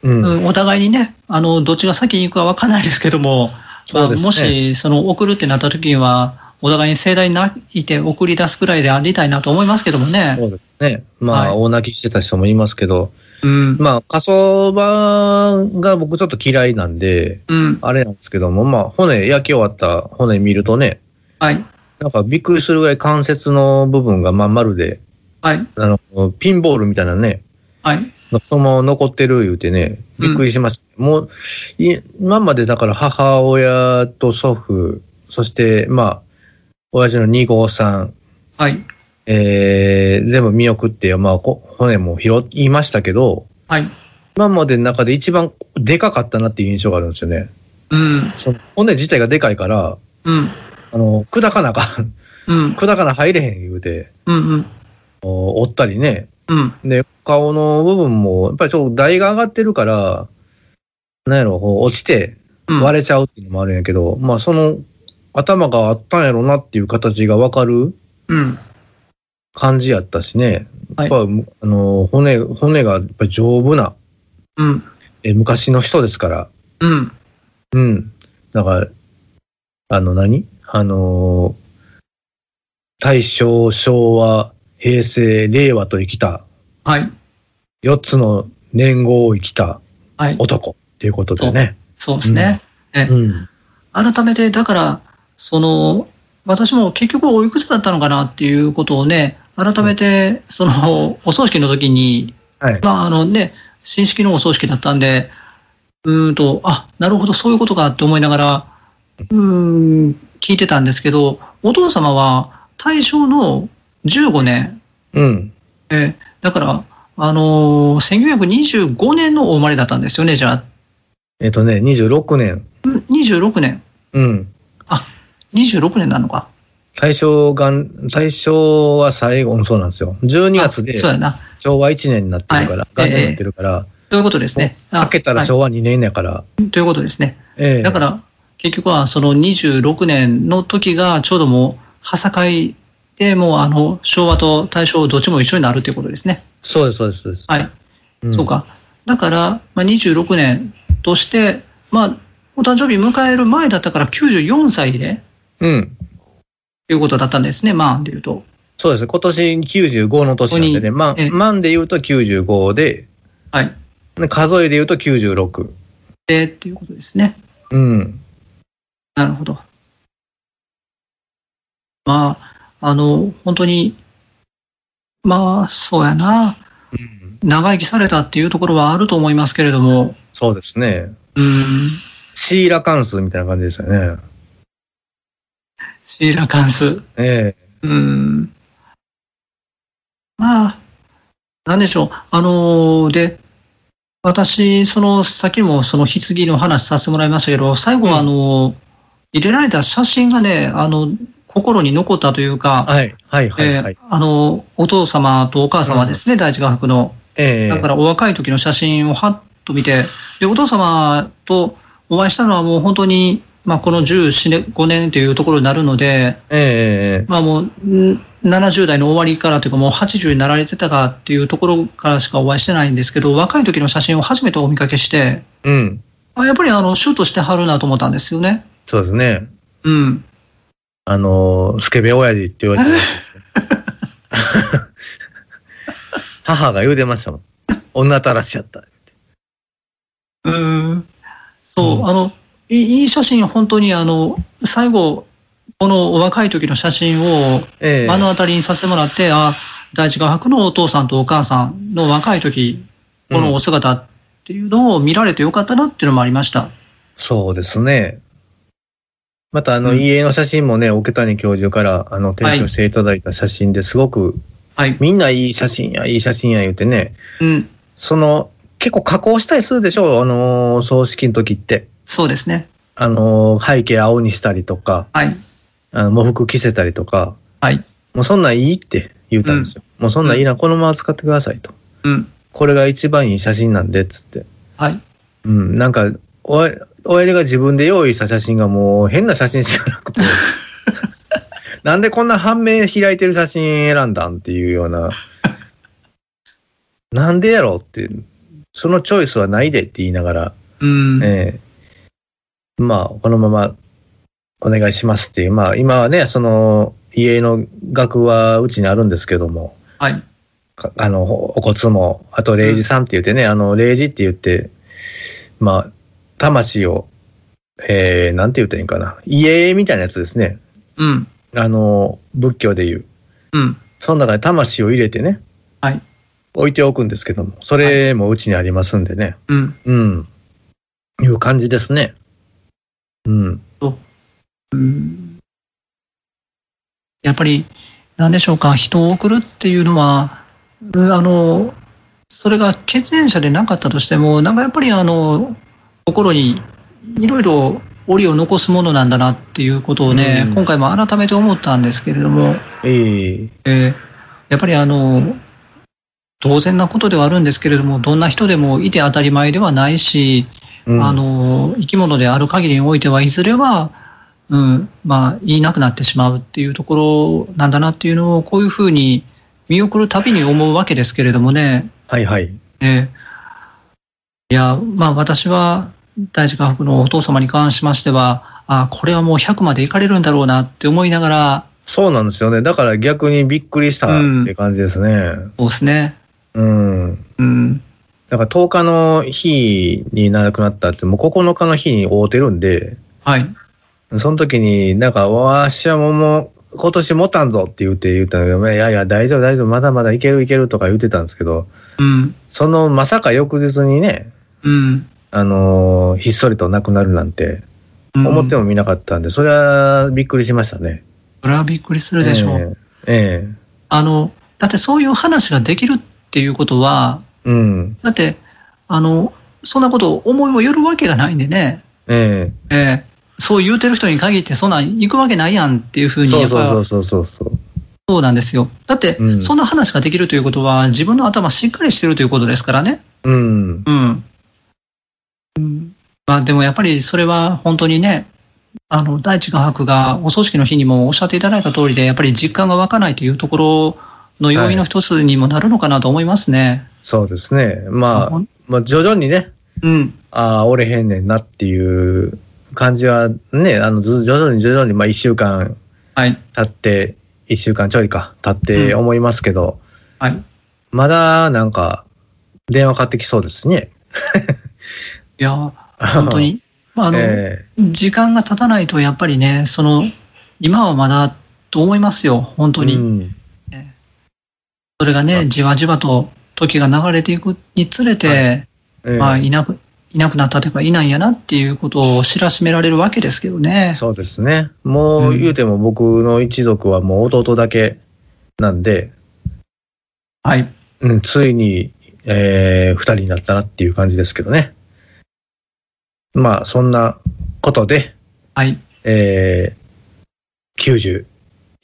B: うん
A: うん、お互いにね、あのどっちが先に行くか分からないですけども、ま
B: そう
A: あ、
B: ですね
A: もしその送るってなった時には、お互いに盛大に泣いて送り出すくらいでありたいなと思いますけどもね。
B: そうですね。まあ、
A: はい
B: 大泣きしてた人もいますけど、
A: うん。
B: まあ、火葬場が僕ちょっと嫌いなんで、
A: うん。
B: あれなんですけども、まあ、骨、焼き終わった骨見るとね、
A: はい。
B: なんかびっくりするぐらい関節の部分がまん丸で、
A: はい。
B: あの、ピンボールみたいなね、
A: はい。
B: そのまま残ってる言うてね、びっくりしました。もう、い今までだから母親と祖父、そして、まあ、親父の2号さん、
A: はい。
B: えー、全部見送って、まあ、こ骨も拾いましたけど、
A: はい。
B: 今までの中で一番でかかったなっていう印象があるんですよね。
A: うん。
B: その骨自体がでかいから、
A: うん。
B: あの、砕かなあかん、
A: うん。
B: 砕かな入れへん言うて、
A: うん。うん。
B: お折ったりね。
A: うん。
B: で、顔の部分も、やっぱりちょっと台が上がってるから、なんやろ、こう落ちて
A: うん。
B: 割れちゃうっていうのもあるんやけど、まあその頭があったんやろなっていう形がわかる
A: うん。
B: 感じやったしね。
A: はい
B: やっぱ、あの、骨、骨がやっぱり丈夫な、
A: うん。
B: え昔の人ですから、
A: うん。
B: うん。だから、あの何、あのー大正、昭和、平成、令和と生きた、
A: はい。
B: 4つの年号を生きた
A: はい。
B: 男っていうことでね。
A: そうですね。
B: うん。
A: 改めて、だから、その、私も結局おいくつだったのかなっていうことをね、改めて、その、お葬式の時に、
B: はい。
A: まあ、あのね、新式のお葬式だったんで、うーんと、あ、なるほど、そういうことかって思いながら、うーん、聞いてたんですけど、お父様は大正の15年、
B: うん。
A: えーだから、あのー1925年のお生まれだったんですよね、じゃあ。
B: えっ、とね、26年。
A: うん26年。
B: うん。
A: あ、26年なのか。
B: 大正がん、大正は最後、そうなんですよ。12月で
A: あそうやな。
B: 昭和1年になってるから、
A: はい
B: 元年になってるから、
A: ということですね。
B: 開けたら
A: ょ、
B: 昭和2年やから。
A: はいということですね。
B: ええ
A: だから、結局はその26年の時がちょうどもう、はさかいで、もうあの昭和と大正、どっちも一緒になるということですね。
B: そうです、そうです、そうです。
A: はい、
B: ん
A: そう。か。だから、まあ、26年として、まあ、お誕生日迎える前だったから94歳で
B: うん。
A: ということだったんですね、まあでいうと。
B: そうですね、今年95の年なんでね、
A: ここ
B: ま
A: にええ
B: 万で言うと95で、
A: はい。
B: で数えで言うと96。
A: で、っていうことですね。
B: うん。
A: なるほど。まあ、あの、本当に、まあ、そうやな。長生きされたっていうところはあると思いますけれども、
B: そうですね。
A: うん、
B: シーラ関数みたいな感じでしたね。
A: シーラカンス。
B: え
A: うん。まあ、なんでしょう。あのーで、私、その、さっきもその棺の話させてもらいましたけど、最後
B: うん
A: は、あのー入れられた写真がね、あの、心に残ったという
B: え
A: か、
B: はい、はい、はい、は
A: え
B: い
A: ー。あのーお父様とお母様ですね、第一画伯の。
B: ええ
A: だからお若い時の写真をはっと見て、でお父様とお会いしたのはもう本当に、まあ、この14、5年というところになるので、
B: ええ
A: まあ、もうん70代の終わりからというか、もう80になられてたかっていうところからしかお会いしてないんですけど、若い時の写真を初めてお見かけして、
B: うん。
A: あやっぱりあのシュートしてはるなと思ったんですよね。
B: そうですね。
A: うん、
B: あの、スケベ親父って言われてます。 母が言うてましたもん。女たらしやった。
A: うんそう、
B: うん
A: あのいいいい写真、本当にあの最後、このお若い時の写真を
B: ええ
A: 目の当たりにさせてもらって、あ大地画伯のお父さんとお母さんの若い時このお姿っていうのを見られてよかったなっていうのもありました。
B: そうですね。また、あの、
A: うん
B: 家の写真もね、奥谷教授から、あの、提供していただいた写真ですごく、
A: はい、
B: みんないい写真や、いい写真や言うてね、
A: うん、
B: その、結構加工したりするでしょう、あのー、葬式の時って。
A: そうですね。
B: あのー、背景青にしたりとか、
A: はい。
B: あの喪服着せたりとか、
A: はい。
B: もうそんなんいいって言ったんですよ。もうそんなんいいな、このまま使ってくださいと。
A: うん。
B: これが一番いい写真なんで、つって。
A: はい。
B: うん、なんか、おや親父が自分で用意した写真がもう変な写真しかなく て、なんでこんな半面開いてる写真選んだんっていうような、なんでやろうっていう、そのチョイスはないでって言いながら、
A: うん。
B: ええまあ、このままお願いしますっていう、まあ、今はね、その家の額はうちにあるんですけども、
A: はい。
B: かあの、お骨も、あと、礼二さんって言ってね、あの、礼二って言って、まあ、魂を、えー、なんて言ったらいいんかな。家みたいなやつですね。
A: うん。
B: あの、仏教で言う。
A: うん。
B: その中に魂を入れてね。
A: はい。
B: 置いておくんですけども、それもうちにありますんでね。
A: うん。
B: うん。いう感じですね。うん。
A: うん。やっぱり、なんでしょうか、人を送るっていうのは、うんあの、それが血縁者でなかったとしても、なんかやっぱりあの、心にいろいろ折を残すものなんだなっていうことをね、
B: うん
A: 今回も改めて思ったんですけれども、
B: いい。
A: えーやっぱりあの当然なことではあるんですけれども、どんな人でもいて当たり前ではないし、
B: うん
A: あ、の生き物である限りにおいては、いずれは、うんまあ、言いなくなってしまうっていうところなんだなっていうのを、こういうふうに見送るたびに思うわけですけれどもね、
B: はいはい。
A: えーいや、まあ、私は大地科学のお父様に関しましては、あこれはもう100までいかれるんだろうなって思いながら、
B: そうなんですよね。だから逆にびっくりしたって感じですね。
A: そうですね。
B: うん
A: うん
B: だから10日の日に亡くなったって、もう9日の日に会うてるんで、
A: はい
B: その時になんか、わしはもうもう今年持たんぞって言って言ったんだけど、いやいや大丈夫大丈夫、まだまだいけるいけるとか言ってたんですけど、
A: うん
B: そのまさか翌日にね、
A: うん
B: あのーひっそりと亡くなるなんて
A: うん
B: 思ってもみなかったんで、それはびっくりしましたね。
A: それはびっくりするでしょう、
B: えええ
A: あのだってそういう話ができるっていうことは
B: えうん。
A: だってあのそんなことを思いもよるわけがないんでね、
B: え
A: ええそう言うてる人に限ってそんなん行くわけないやんっていうふ
B: え
A: うに
B: そ
A: や
B: う
A: っぱ
B: そうそうそうそう。
A: そうなんですよだって、
B: うん
A: そんな話ができるということは自分の頭しっかりしてるということですからね
B: うん。
A: うん。まあでもやっぱりそれは本当にね、あの、大地画伯がお葬式の日にもおっしゃっていただいた通りで、やっぱり実感が湧かないというところの要因の一つにもなるのかなと思いますね。
B: そうですね。ま
A: ほ
B: あ
A: ん、
B: まあ、徐々にね、
A: うん。
B: ああ、折れへんねんなっていう感じはね、あの、ず徐々に徐々に、まあ、一週間
A: はい。
B: 経って、一週間ちょいか、経って
A: うん
B: 思いますけど、
A: はい。
B: まだ、なんか、電話かかってきそうですね。
A: いや、本当。 に。まあ、あの、
B: え
A: 時間が経たないとやっぱりね、その、今はまだと思いますよ、本
B: え
A: 当に。
B: うん
A: それが
B: は
A: ね、
B: い
A: じわじわと時が流れていくにつれて、
B: ええ
A: まあ、いなく、いなくなったとかいないんやなっていうことを知らしめられるわけですけどね。
B: そうですね。
A: う
B: もうん言うても僕の一族はもう弟だけなんで、
A: はい。
B: うん、ついに、えー、二人になったなっていう感じですけどね。まあ、そんなことで、
A: はい。
B: えー、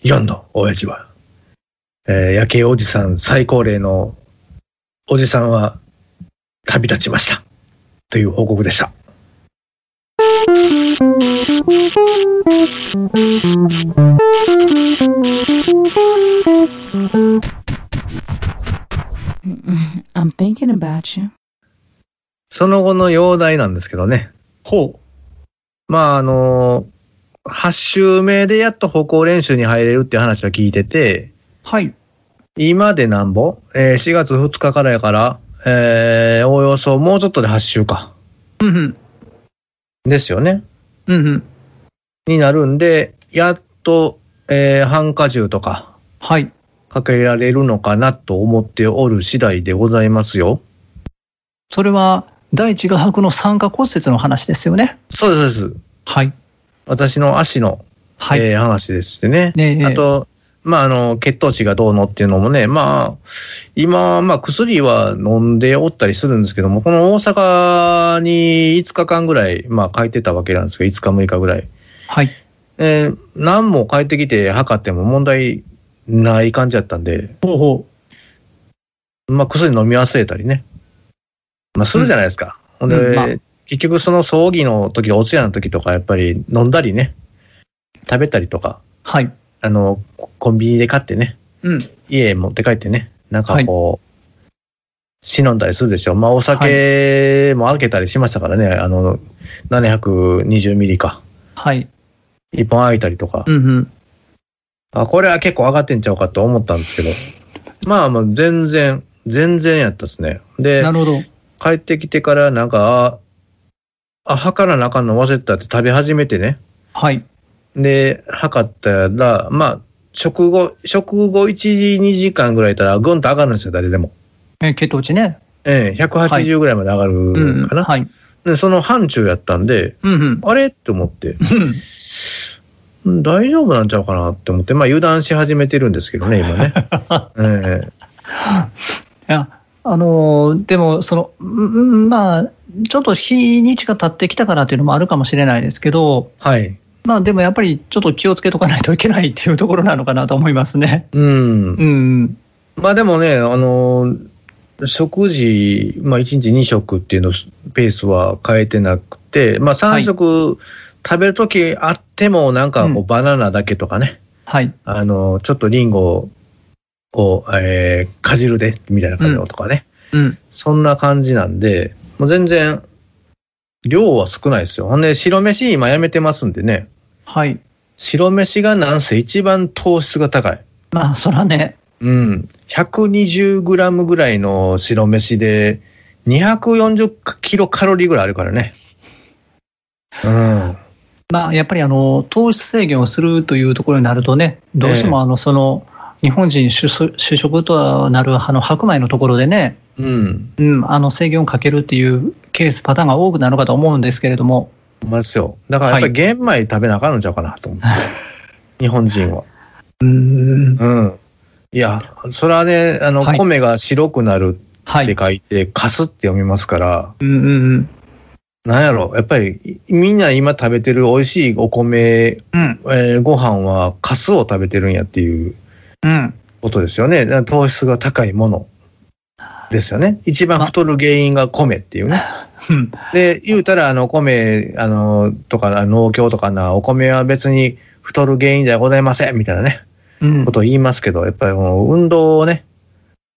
B: 94の親父は、えー、夜景おじさん最高齢のおじさんは旅立ちました。という報告でした。
C: Mm-mm. I'm thinking about you.
B: その後の容体なんですけどね。
A: ほ
B: まあ、あのー、8周目でやっと歩行練習に入れるっていう話は聞いてて、
A: う。はい。
B: 今でなんぼ、えー、4月2日からやから、えー、おおよそもうちょっとで8周か。
A: うんうん。
B: ですよね。
A: うんうん。
B: になるんで、やっと、えー、半荷重とか
A: はい。
B: かけられるのかなと思っておる次第でございますよ。
A: それは、第一画伯の酸化骨折の話ですよね。
B: そうです、そうです。
A: はい。
B: 私の足の、
A: はい。
B: えー話でしてね。
A: ねえ
B: あと、まあ、あの、血糖値がどうのっていうのもね、まあ、今、まあ、薬は飲んでおったりするんですけども、この大阪に5日間ぐらい、まあ、書いてたわけなんですけど、5日、6日ぐらい。
A: はい。
B: えー何も帰ってきて測っても問題ない感じだったんで、
A: ほうほ
B: まあ、薬飲み忘れたりね。まあ、するじゃないですか。ほんで、
A: うんまあ
B: 結局その葬儀の時、お通夜の時とか、やっぱり飲んだりね、食べたりとか、
A: う。はい。
B: あの、コンビニで買ってね、
A: うん。
B: 家へ持って帰ってね、なんかこう、忍んだりするでしょ。まあ、お酒も開けたりしましたからね、あの、720ミリか。
A: はい。
B: 一本開いたりとか、
A: うんうん。
B: あ、これは結構上がってんちゃうかと思ったんですけど、まあまあ全然、全然やったですね。で、
A: なるほど。
B: 帰ってきてからなんか、あ、あ測らなあかんの忘れてたって食べ始めてね。
A: はい。
B: で、測ったら、まあ、食後、食後1、2時間ぐらいいたら、ぐんと上がるんですよ、誰でも。
A: えー血糖値ね。
B: ええ、180ぐらいまで上が
A: うんう
B: る
A: ん。
B: かな。
A: はい。
B: で、その範疇やったんで、
A: うんうん。
B: あれって思って、
A: うん
B: うん大丈夫なんちゃうかなって思って、まあ、油断し始めてるんですけどね、今 ね。ええ
A: いや、あのーでも、その、うんうんまあ、ちょっと日にちが経ってきたからというのもあるかもしれないですけど、
B: はい。
A: まあでもやっぱりちょっと気をつけとかないといけないっていうところなのかなと思いますね。
B: うん
A: う。ん。
B: まあでもね、あのー食事、まあ1日2食っていうのペースは変えてなくて、まあ3食食べるときあっても、なんかこ
A: う
B: うバナナだけとかね、
A: はい。
B: あのーちょっとリンゴを、えーかじるで、みたいな感じのとかね、
A: うん。
B: そんな感じなんで、もう全然、量は少ないですよ。ほんで、白飯今やめてますんでね、
A: はい。
B: 白飯がなんせ一番糖質が高い。
A: まあ、そらね、
B: うん、120グラムぐらいの白飯で、240キロカロリーぐらいあるからね。うん。
A: まあ、やっぱりあの糖質制限をするというところになるとね、どうしてもあのその日本人主主食となるあの白米のところでね、
B: うん。
A: うん、あの制限をかけるっていうケース、パターンが多くなるかと思うんですけれども、
B: ほんまですよ。だからやっぱり玄米食べなあかんのちゃうかな と思って。日本人は。
A: うん、
B: うん。いや、それはね、あの、
A: はい
B: 米が白くなる
A: は
B: っ
A: い
B: て、書いて、カスって読みますから、
A: うんうん
B: なんやろ、やっぱり、いみんな今食べてる美味しいお米、
A: うん、うん、
B: えーご飯はカスを食べてるんやっていう。
A: うん、
B: ことですよね。だから糖質が高いものですよね。一番太る原因が米っていうね。
A: うん、
B: で、言うたら、あの、米、あの、とか、農協とかな、お米は別に太る原因ではございません、みたいなね、
A: うん
B: ことを言いますけど、やっぱりこの運動をね、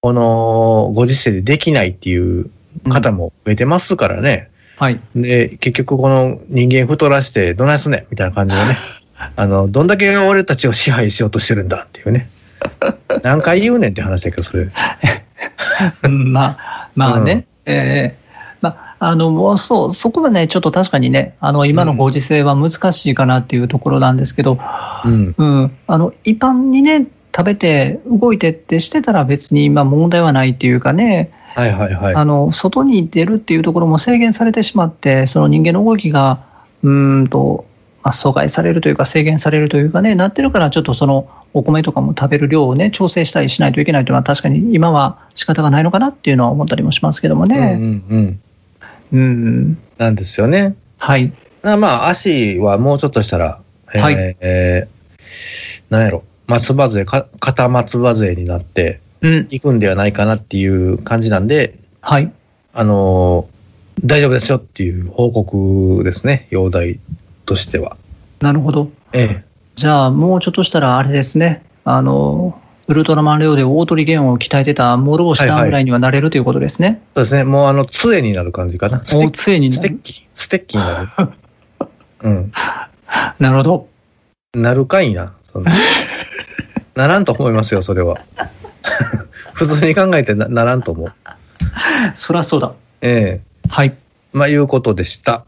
B: このご時世でできないっていう方も増えてますからね。
A: はい、
B: で、結局この人間太らしてどないすんねんみたいな感じ のね。あの、どんだけ俺たちを支配しようとしてるんだってい うね。何回言うねんって話だけど、それ。
A: うんまあ、まあね、ええまあ、あの、もうそう、そこはね、ちょっと確かにね、あの、今のご時世は難しいかなっていうところなんですけど、
B: うん。
A: うん、あの一般にね、食べて、動いてってしてたら別に今問題はないっていうかね、
B: はいはいはい。
A: あの、外に出るっていうところも制限されてしまって、その人間の動きが、うーんと、まあ、阻害されるというか、制限されるというかね、なってるから、ちょっとそのお米とかも食べる量をね、調整したりしないといけないというのは、確かに今は仕方がないのかなっていうのは思ったりもしますけども
B: うん
A: ね。
B: うんうん。
A: うん、
B: なんですよね。
A: はい。
B: あまあ、足はもうちょっとしたら、えー
A: はい
B: えーなんやろ、松葉杖、か肩松葉杖になって
A: うん、
B: いくんではないかなっていう感じなんで、
A: はい。
B: あのー大丈夫ですよっていう報告ですね、容体としては。
A: なるほど。
B: え
A: じゃあ、もうちょっとしたらあれですね、あの、ウルトラマンレオで大鳥弦を鍛えてた諸星
B: はいは
A: 段
B: い
A: ぐらいにはなれるということですね。
B: そうですね、もうあの、杖になる感じかな。ステ
A: お
B: ッキ、
A: 杖に
B: ス
A: な
B: テッ
A: る。
B: キ、ステッキになる。うん。
A: なるほど。
B: なるかいな。そんな ならんと思いますよ、それは。 普通に考えてなならんと思う。
A: そりゃそうだ。
B: ええ
A: はい。
B: まあ、いうことでした。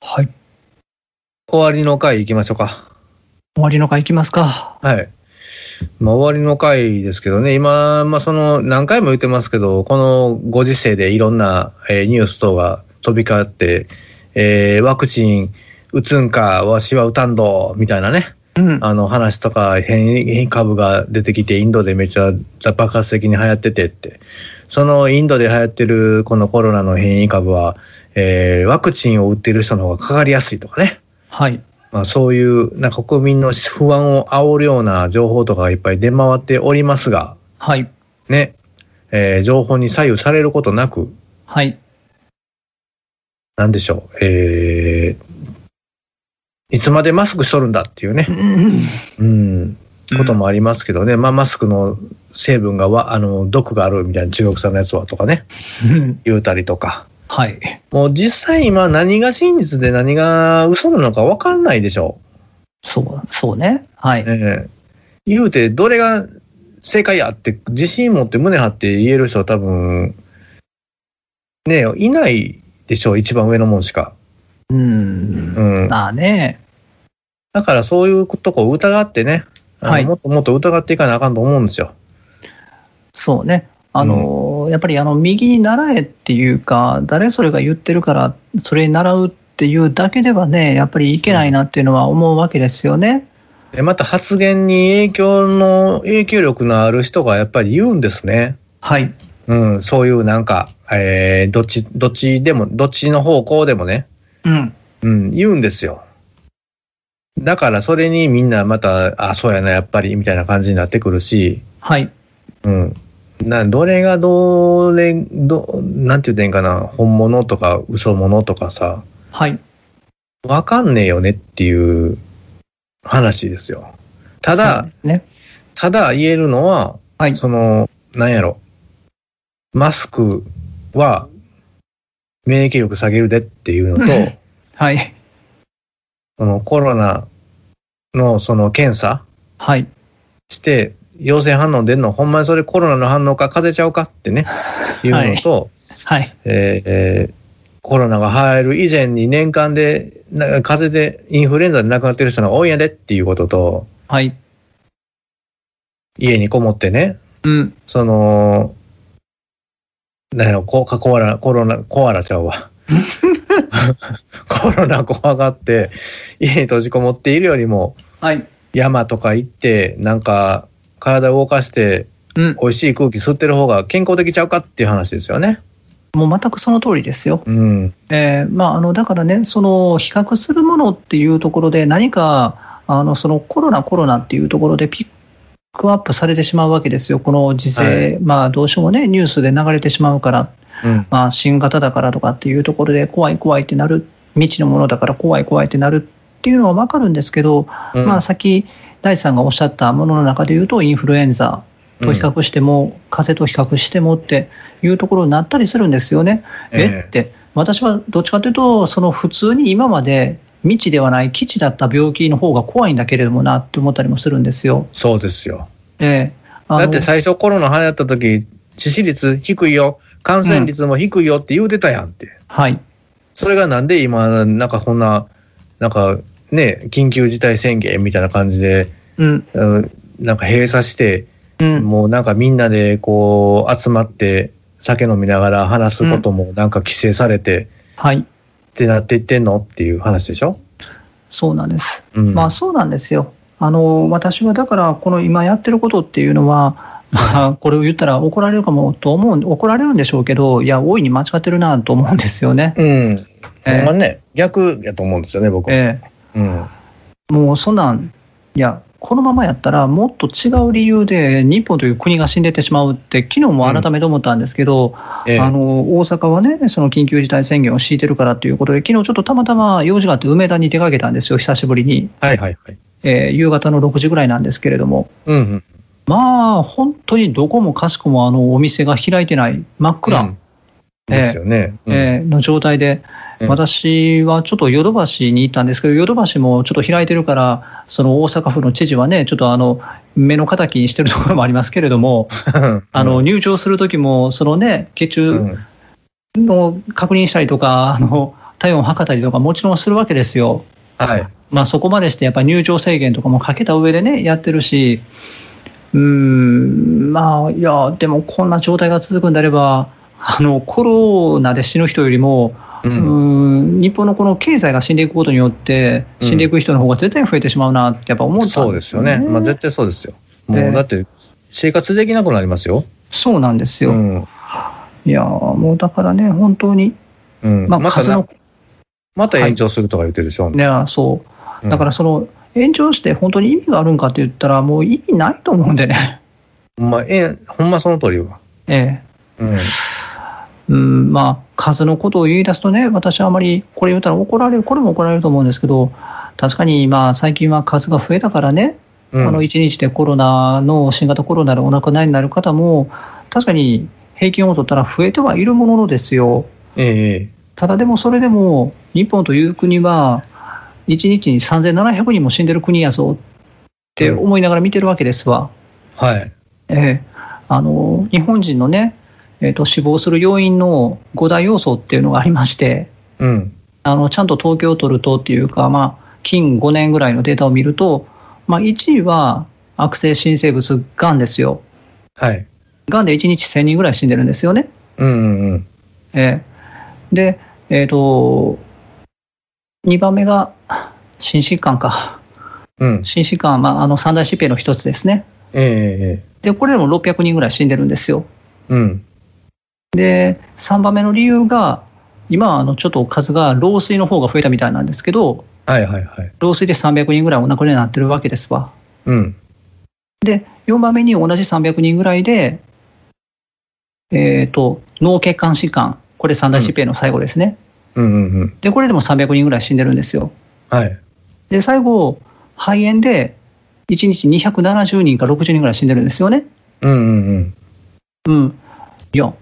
A: はい。
B: 終わりの回行きましょうか。
A: 終わりの会いきますか。
B: はい。まあ、終わりの回ですけどね、今、まあ、その、何回も言ってますけど、このご時世でいろんな、えーニュース等が飛び交って、えーワクチン打つんか、わしは打たんど、みたいなね、
A: うん。
B: あの話とか変異変異株が出てきて、インドでめちゃ爆発的に流行っててって、そのインドで流行ってるこのコロナの変異株は、えーワクチンを打ってる人の方がかかりやすいとかね。
A: はい。
B: まあ、そういうなんか国民の不安を煽るような情報とかがいっぱい出回っておりますが、
A: はい。
B: ねえー情報に左右されることなく、
A: はい。
B: なんでしょう、えーいつまでマスクしとるんだっていうね、うん、こともありますけどね、まあ、マスクの成分がわあの毒があるみたいな、中国産のやつはとかね、
A: うん。
B: 言うたりとか、
A: はい。
B: もう実際今、何が真実で何が嘘なのか分かんないでしょ。
A: そう、そうね。はい。
B: ええ言うて、どれが正解やって、自信持って胸張って言える人は多分、ねえ、いないでしょう、一番上のもんしか。
A: う。
B: うんん。
A: まあね。
B: だからそういうとこを疑ってね、あの
A: はい
B: もっともっと疑っていかなあかんと思うんですよ。
A: そうね。あの、やっぱりあの、右に習えっていうか、誰それが言ってるから、それに習うっていうだけではね、やっぱりいけないなっていうのは思うわけですよね。
B: で、また発言に影響の、影響力のある人がやっぱり言うんですね。
A: はい。
B: うん、そういうなんか、えーどっち、どっちでも、どっちの方向でもね、
A: うん。
B: うん、言うんですよ。だからそれにみんなまた、あ、そうやな、やっぱり、みたいな感じになってくるし、
A: はい。
B: うん。などれがどれ、ど、なんて言うてんかな、本物とか嘘物とかさ、
A: はい。
B: わかんねえよねっていう話ですよ。た
A: そう
B: だ
A: で、すね。
B: ただ言えるのは、
A: はい。
B: その、なんやろ、マスクは免疫力下げるでっていう のと、
A: はい。
B: そのコロナのその検査、
A: はい。
B: して、陽性反応出るの、ほんまにそれコロナの反応か風邪ちゃうかってね、いうのと、
A: はい。
B: えーえーコロナが入る以前に年間で、な風邪でインフルエンザで亡くなってる人が多いんやでっていうことと、
A: はい。
B: 家にこもってね、
A: うん。
B: その、なんやろ、こかコアラ、コロナ、コアラちゃうわ。コロナ怖がって、家に閉じこもっているよりも、
A: はい。
B: 山とか行って、なんか、体動かして、
A: うん。
B: 美味しい空気吸ってる方が健康的ちゃうかっていう話ですよね。
A: もう全くその通りですよ。
B: うん。
A: えーまあ、あのだからね、その比較するものっていうところで、何かあのそのコロナ、コロナっていうところでピックアップされてしまうわけですよ、この時勢、
B: は
A: まあ、どうしてもね、ニュースで流れてしまうから、
B: うん。
A: まあ、新型だからとかっていうところで、怖い怖いってなる、未知のものだから怖い怖いってなるっていうのは分かるんですけど、
B: うん
A: まあ、さっき、大地さんがおっしゃったものの中で言うと、インフルエンザと比較しても、風邪と比較してもっていうところになったりするんですよね。えっ、て、私はどっちかというと、その普通に今まで未知ではない、基地だった病気の方が怖いんだけれどもなって思ったりもするんですよ。
B: そうですよ。
A: ええあの
B: だって最初コロナ流行った時、致死率低いよ、感染率も低いよって言うてたやんって。
A: はい、
B: それがなんで今、なんかこんな、なんかね、緊急事態宣言みたいな感じで、
A: うん、
B: うんなんか閉鎖して、
A: うん。
B: もうなんかみんなでこう集まって酒飲みながら話すこともなんか規制されて
A: はい。
B: ってなっていってんのっていう話でしょ、
A: そうなんです。
B: うん、
A: まあそうなんですよ。あの私はだから、この今やってることっていうのは、まあ、これを言ったら怒られるかもと思う、怒られるんでしょうけど、いや、大いに間違ってるなと思うんですよね。
B: うん。
A: え
B: ほんまね、逆やと思うんですよね、僕は。
A: え
B: うん。
A: えもうそんなん、いや、このままやったら、もっと違う理由で日本という国が死んでってしまうって、昨日も改めて思ったんですけど、
B: ええ
A: あの大阪はね、その緊急事態宣言を敷いてるからということで、昨日ちょっとたまたま用事があって、梅田に出かけたんですよ、久しぶりに、
B: はいはいはい。
A: えー夕方の6時ぐらいなんですけれども。
B: うん、うん。
A: まあ、本当にどこもかしこもあのお店が開いてない、真っ暗、
B: うんですよね。うん
A: えーの状態で、
B: うん
A: 私はちょっとヨドバシに行ったんですけど、ヨドバシもちょっと開いてるから、その大阪府の知事はね、ちょっとあの目の敵にしてるところもありますけれども、あの、入場する時も、そのね、血
B: う
A: 中
B: ん
A: の確認したりとか、あの体温を測ったりとか、もちろんするわけですよ。
B: はい。
A: まあ、そこまでしてやっぱり入場制限とかもかけた上でね、やってるし、うーん、まあ、いや、でもこんな状態が続くんであれば、あのコロナで死ぬ人よりも、
B: う。
A: うんーん日本のこの経済が死んでいくことによって、
B: うん
A: 死んでいく人の方が絶対増えてしまうなって、やっぱ思ったん
B: そうですよね。まあ、絶対そうですよ。も
A: ええ
B: う、だって、生活できなくなりますよ。
A: そうなんですよ、
B: うん。
A: いや、もうだからね、本当に、
B: うん。
A: まあ、
B: また
A: 数
B: な
A: の、
B: また延長するとか言ってるでしょ。
A: いやそうう、
B: ん
A: だから、その、延長して本当に意味があるんかって言ったら、もう意味ないと思うんでね、
B: ほんま、ええ、ほんまその通りよ。
A: ええ。
B: うん。
A: うんまあ、数のことを言い出すとね、私はあまりこれ言ったら怒られる、これも怒られると思うんですけど、確かにまあ最近は数が増えたからね、
B: うん
A: あの1日でコロナの、新型コロナでお亡くなりになる方も、確かに平均を取ったら増えてはいるもののですよ、
B: えええ
A: ただでもそれでも、日本という国は、1日に3700人も死んでる国やぞって思いながら見てるわけですわ。
B: えはい。
A: ええあの日本人のね、えーと死亡する要因の5大要素っていうのがありまして、
B: うん。
A: あのちゃんと統計を取るとっていうか、まあ、近5年ぐらいのデータを見ると、まあ、1位は悪性新生物、がんですよ。
B: はい。
A: がんで1日1000人ぐらい死んでるんですよね。
B: うんうんうん。
A: ええで、えっ、と、2番目が心疾患か。
B: うん。
A: 心疾患、まあ、あの三大疾病の一つですね。
B: えええ
A: で、これでも600人ぐらい死んでるんですよ。
B: えうん。
A: で、3番目の理由が、今、あのちょっと数が老衰の方が増えたみたいなんですけど、
B: はいはいはい。
A: 老衰で300人ぐらいお亡くなりになってるわけですわ。
B: うん。
A: で、4番目に同じ300人ぐらいで、えっ、と、脳血管疾患、これ三大疾病の最後ですね。
B: うんうんうん。
A: で、これでも300人ぐらい死んでるんですよ。
B: はい。
A: で、最後、肺炎で、1日270人か60人ぐらい死んでるんですよね。
B: うんうんうん。
A: うん。いや、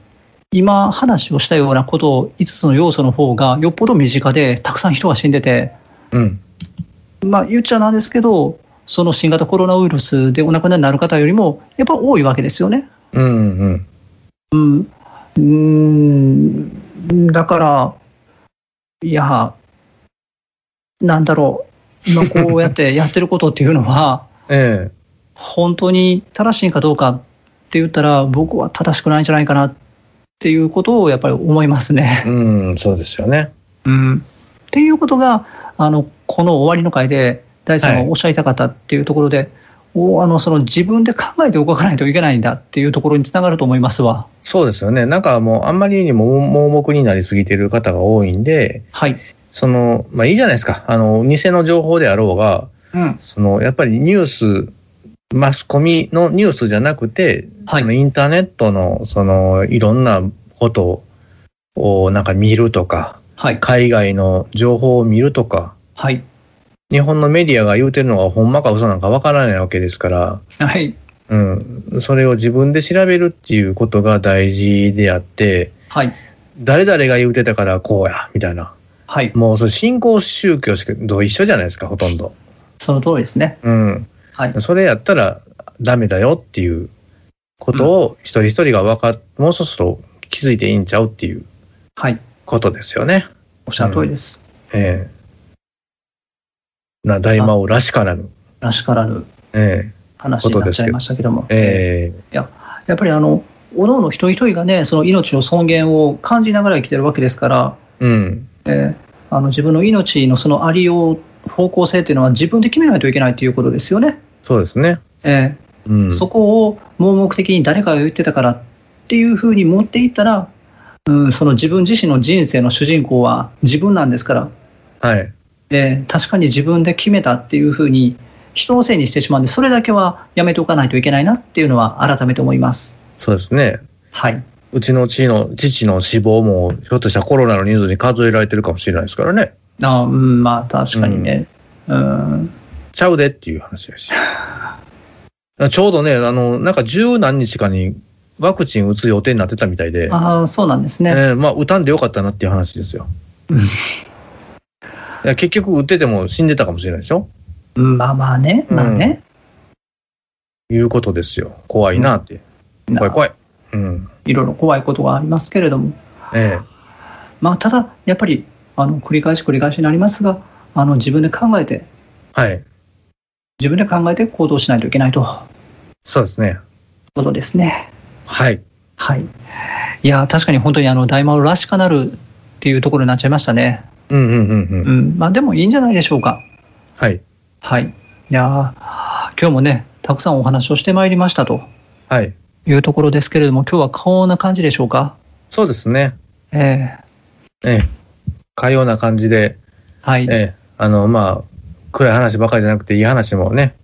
A: 今話をしたようなことを5つの要素の方がよっぽど身近で、たくさん人が死んでて、
B: うん。
A: まあ言っちゃなんですけど、その新型コロナウイルスでお亡くなりになる方よりも、やっぱ多いわけですよね。
B: うんうん
A: うん。うーん。だから、いや、なんだろう。今こうやってやってることっていうのは、
B: ええ
A: 本当に正しいかどうかって言ったら、僕は正しくないんじゃないかなっていうことをやっぱり思いますね。
B: うん、そうですよね。
A: うん、っていうことが、あのこの終わりの回で、大さんが
B: はい
A: おっしゃりたかったっていうところで、おあのその自分で考えて動かないといけないんだっていうところにつながると思いますわ。
B: そうですよね。なんかもう、あんまりにも盲目になりすぎている方が多いんで、
A: はい。
B: その、まあいいじゃないですか。あの、偽の情報であろうが、
A: うん。
B: その、やっぱりニュース、マスコミのニュースじゃなくて、
A: はい
B: あのインターネットの、その、いろんなことを、なんか見るとか、
A: はい。
B: 海外の情報を見るとか、
A: はい。
B: 日本のメディアが言うてるのがほんまか嘘なんかわからないわけですから、
A: はい。
B: うん、それを自分で調べるっていうことが大事であって、
A: はい。
B: 誰々が言うてたからこうや、みたいな。
A: はい。
B: もうそれ信仰宗教しかと一緒じゃないですか、ほとんど。
A: その通りですね。
B: うん。
A: はい。
B: それやったらダメだよっていうことを一人一人が分かっ、もうそろそろ気づいていいんちゃうっていう
A: はい。
B: ことですよね。
A: おっしゃる通りです。
B: ええな、大魔王らしからぬ。
A: らしからぬ。
B: え
A: 話になっちゃいましたけども。
B: え
A: やっぱりあの、おのおの一人一人がね、その命の尊厳を感じながら生きてるわけですから、
B: えうん。
A: えーあの自分の命のそのありよう、方向性というのは自分で決めないといけないということですよね。
B: そうですね。
A: え
B: う
A: ー
B: ん。
A: そこを盲目的に誰かが言ってたからっていうふうに持っていったら、うん、その自分自身の人生の主人公は自分なんですから、
B: はい。
A: えー確かに自分で決めたっていうふうに人のせいにしてしまうんで、それだけはやめておかないといけないなっていうのは改めて思います。
B: そうですね。
A: はい。
B: うちの父の父の死亡も、ひょっとしたらコロナの人数に数えられてるかもしれないですからね。
A: あうん、まあ確かにね。うん。
B: ちゃうでっていう話やし。ちょうどね、あの、なんか十何日かにワクチン打つ予定になってたみたいで、
A: ああ、そうなんですね。
B: えーまあ、打たんでよかったなって いう話ですよ。いや結局、打ってても死んでたかもしれないでしょ
A: うんまあまあね、まあね。
B: いうことですよ。怖いなって。怖い怖い。うん。
A: いろいろ怖いことがありますけれども、
B: え
A: まあ、ただ、やっぱりあの繰り返し繰り返しになりますが、あの自分で考えて、
B: えはい。
A: 自分で考えて行動しないといけないという
B: そうですね。
A: ことですね。
B: はい。
A: はい、いや、確かに本当にあの大魔王らしかなるっていうところになっちゃいましたね。
B: うんうんうんう。
A: うんんまあ、でもいいんじゃないでしょうか。
B: はい。
A: はい、いやー今日もね、たくさんお話をしてまいりましたと
B: はい。
A: いうところですけれども、今日はこんな感じでしょうか。
B: そうですね。
A: えー
B: ええかような感じで、
A: はい、
B: ええあの、まあ、暗い話ばかりじゃなくて、いい話もね、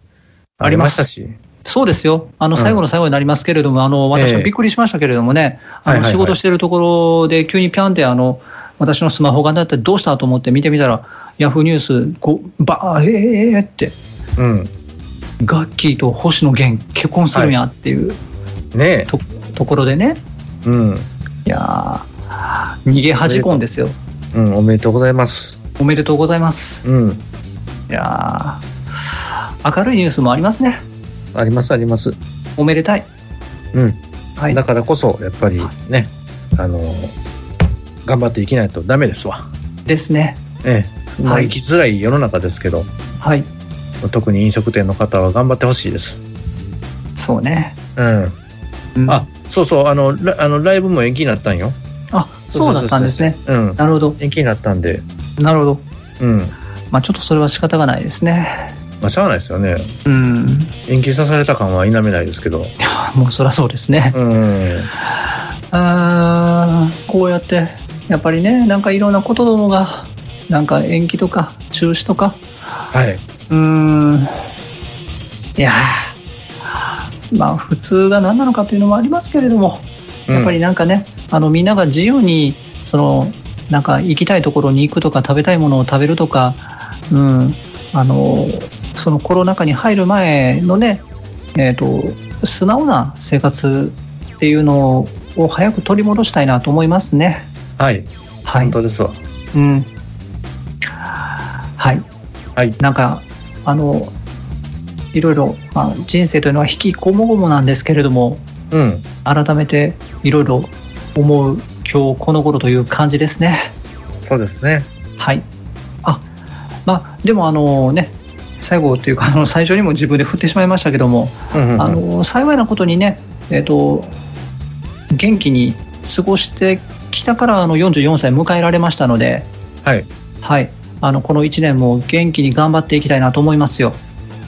B: ありましたし。
A: そうですよ、あの
B: うん
A: 最後の最後になりますけれども、あの私
B: え
A: は
B: え
A: びっくりしましたけれどもね、あ
B: はいはい
A: の
B: はい
A: 仕事してるところで、急にピャンってあの、私のスマホがなって、どうしたと思って見てみたら、ヤフーニュース、こうばー、えー、えー、って、
B: うん。
A: ガッキーと星野源、結婚するんやっていう
B: ね
A: と,、ところでね、
B: え。うん。
A: いやー、逃げ恥こんですよ、
B: うん。おめでとうございます。
A: おめでとうございます。
B: うん。
A: いやー、明るいニュースもありますね、
B: ありますあります。
A: おめでたい。
B: うん。
A: はい
B: だからこそ、やっぱりね、あの、頑張っていけないとダメですわ。
A: ですね、
B: ええ。まあ、
A: はい
B: 生きづらい世の中ですけど、
A: はい、
B: 特に飲食店の方は頑張ってほしいです。
A: そうね。
B: うん。
A: うん
B: あ、そうそう、あの、ラあのライブも延期になったんよ。
A: あそうだったんですね。
B: うん。
A: なるほど、
B: 延期になったんで、
A: なるほど。
B: うん。
A: まあ、ちょっとそれは仕方がないですね。
B: まあ、しゃあないですよね。
A: うん。
B: 延期さされた感は否めないですけど。
A: もうそりゃそうですね。
B: うん。
A: あーこうやって、やっぱりね、なんかいろんなことどもが、なんか延期とか中止とか、
B: はい。
A: うーん。いやーまあ普通が何なのかというのもありますけれども、
B: うん
A: やっぱりなんかね、あのみんなが自由に、その、なんか行きたいところに行くとか、食べたいものを食べるとか、うん、あの、そのコロナ禍に入る前のね、えっ、と、素直な生活っていうのを早く取り戻したいなと思いますね。
B: はい。
A: は
B: 本
A: い。
B: 当ですわ。
A: うん。はい。
B: はい。
A: なんか、あの、いろいろ、まあ、人生というのは引きこもごもなんですけれども、
B: うん。
A: 改めていろいろ思う今日この頃という感じですね。
B: そうですね。
A: はい。あ、まあ、でもあのね、最後というか、あの、最初にも自分で振ってしまいましたけども、
B: うん、うん。
A: あ、の、幸いなことにね、えっ、と、元気に過ごしてきたから、あの、44歳迎えられましたので、
B: はい。
A: はい。あの、この1年も元気に頑張っていきたいなと思いますよ。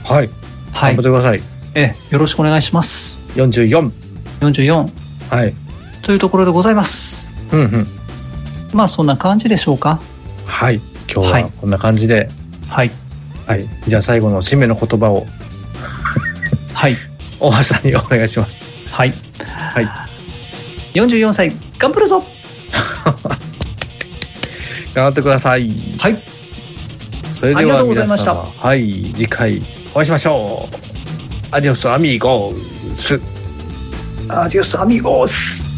B: はい。
A: は
B: 頑張っ
A: い
B: て。ください。
A: ええ、よろしくお願いします。
B: 44。
A: 44
B: はい。
A: というところでございます。
B: うんうん。
A: まあそんな感じでしょうか。
B: はい。今日
A: は
B: はいこんな感じで。
A: はい。
B: はい。じゃあ最後の締めの言葉を
A: はい。
B: 大 橋さんにお願いします。
A: はい。
B: はい。
A: 44歳、頑張るぞ
B: 頑張ってください。
A: はい。
B: それでは
A: ありがとうございました
B: 皆様はい。次回お会いしましょう。アディオスアミーゴス。
A: アディオスアミゴース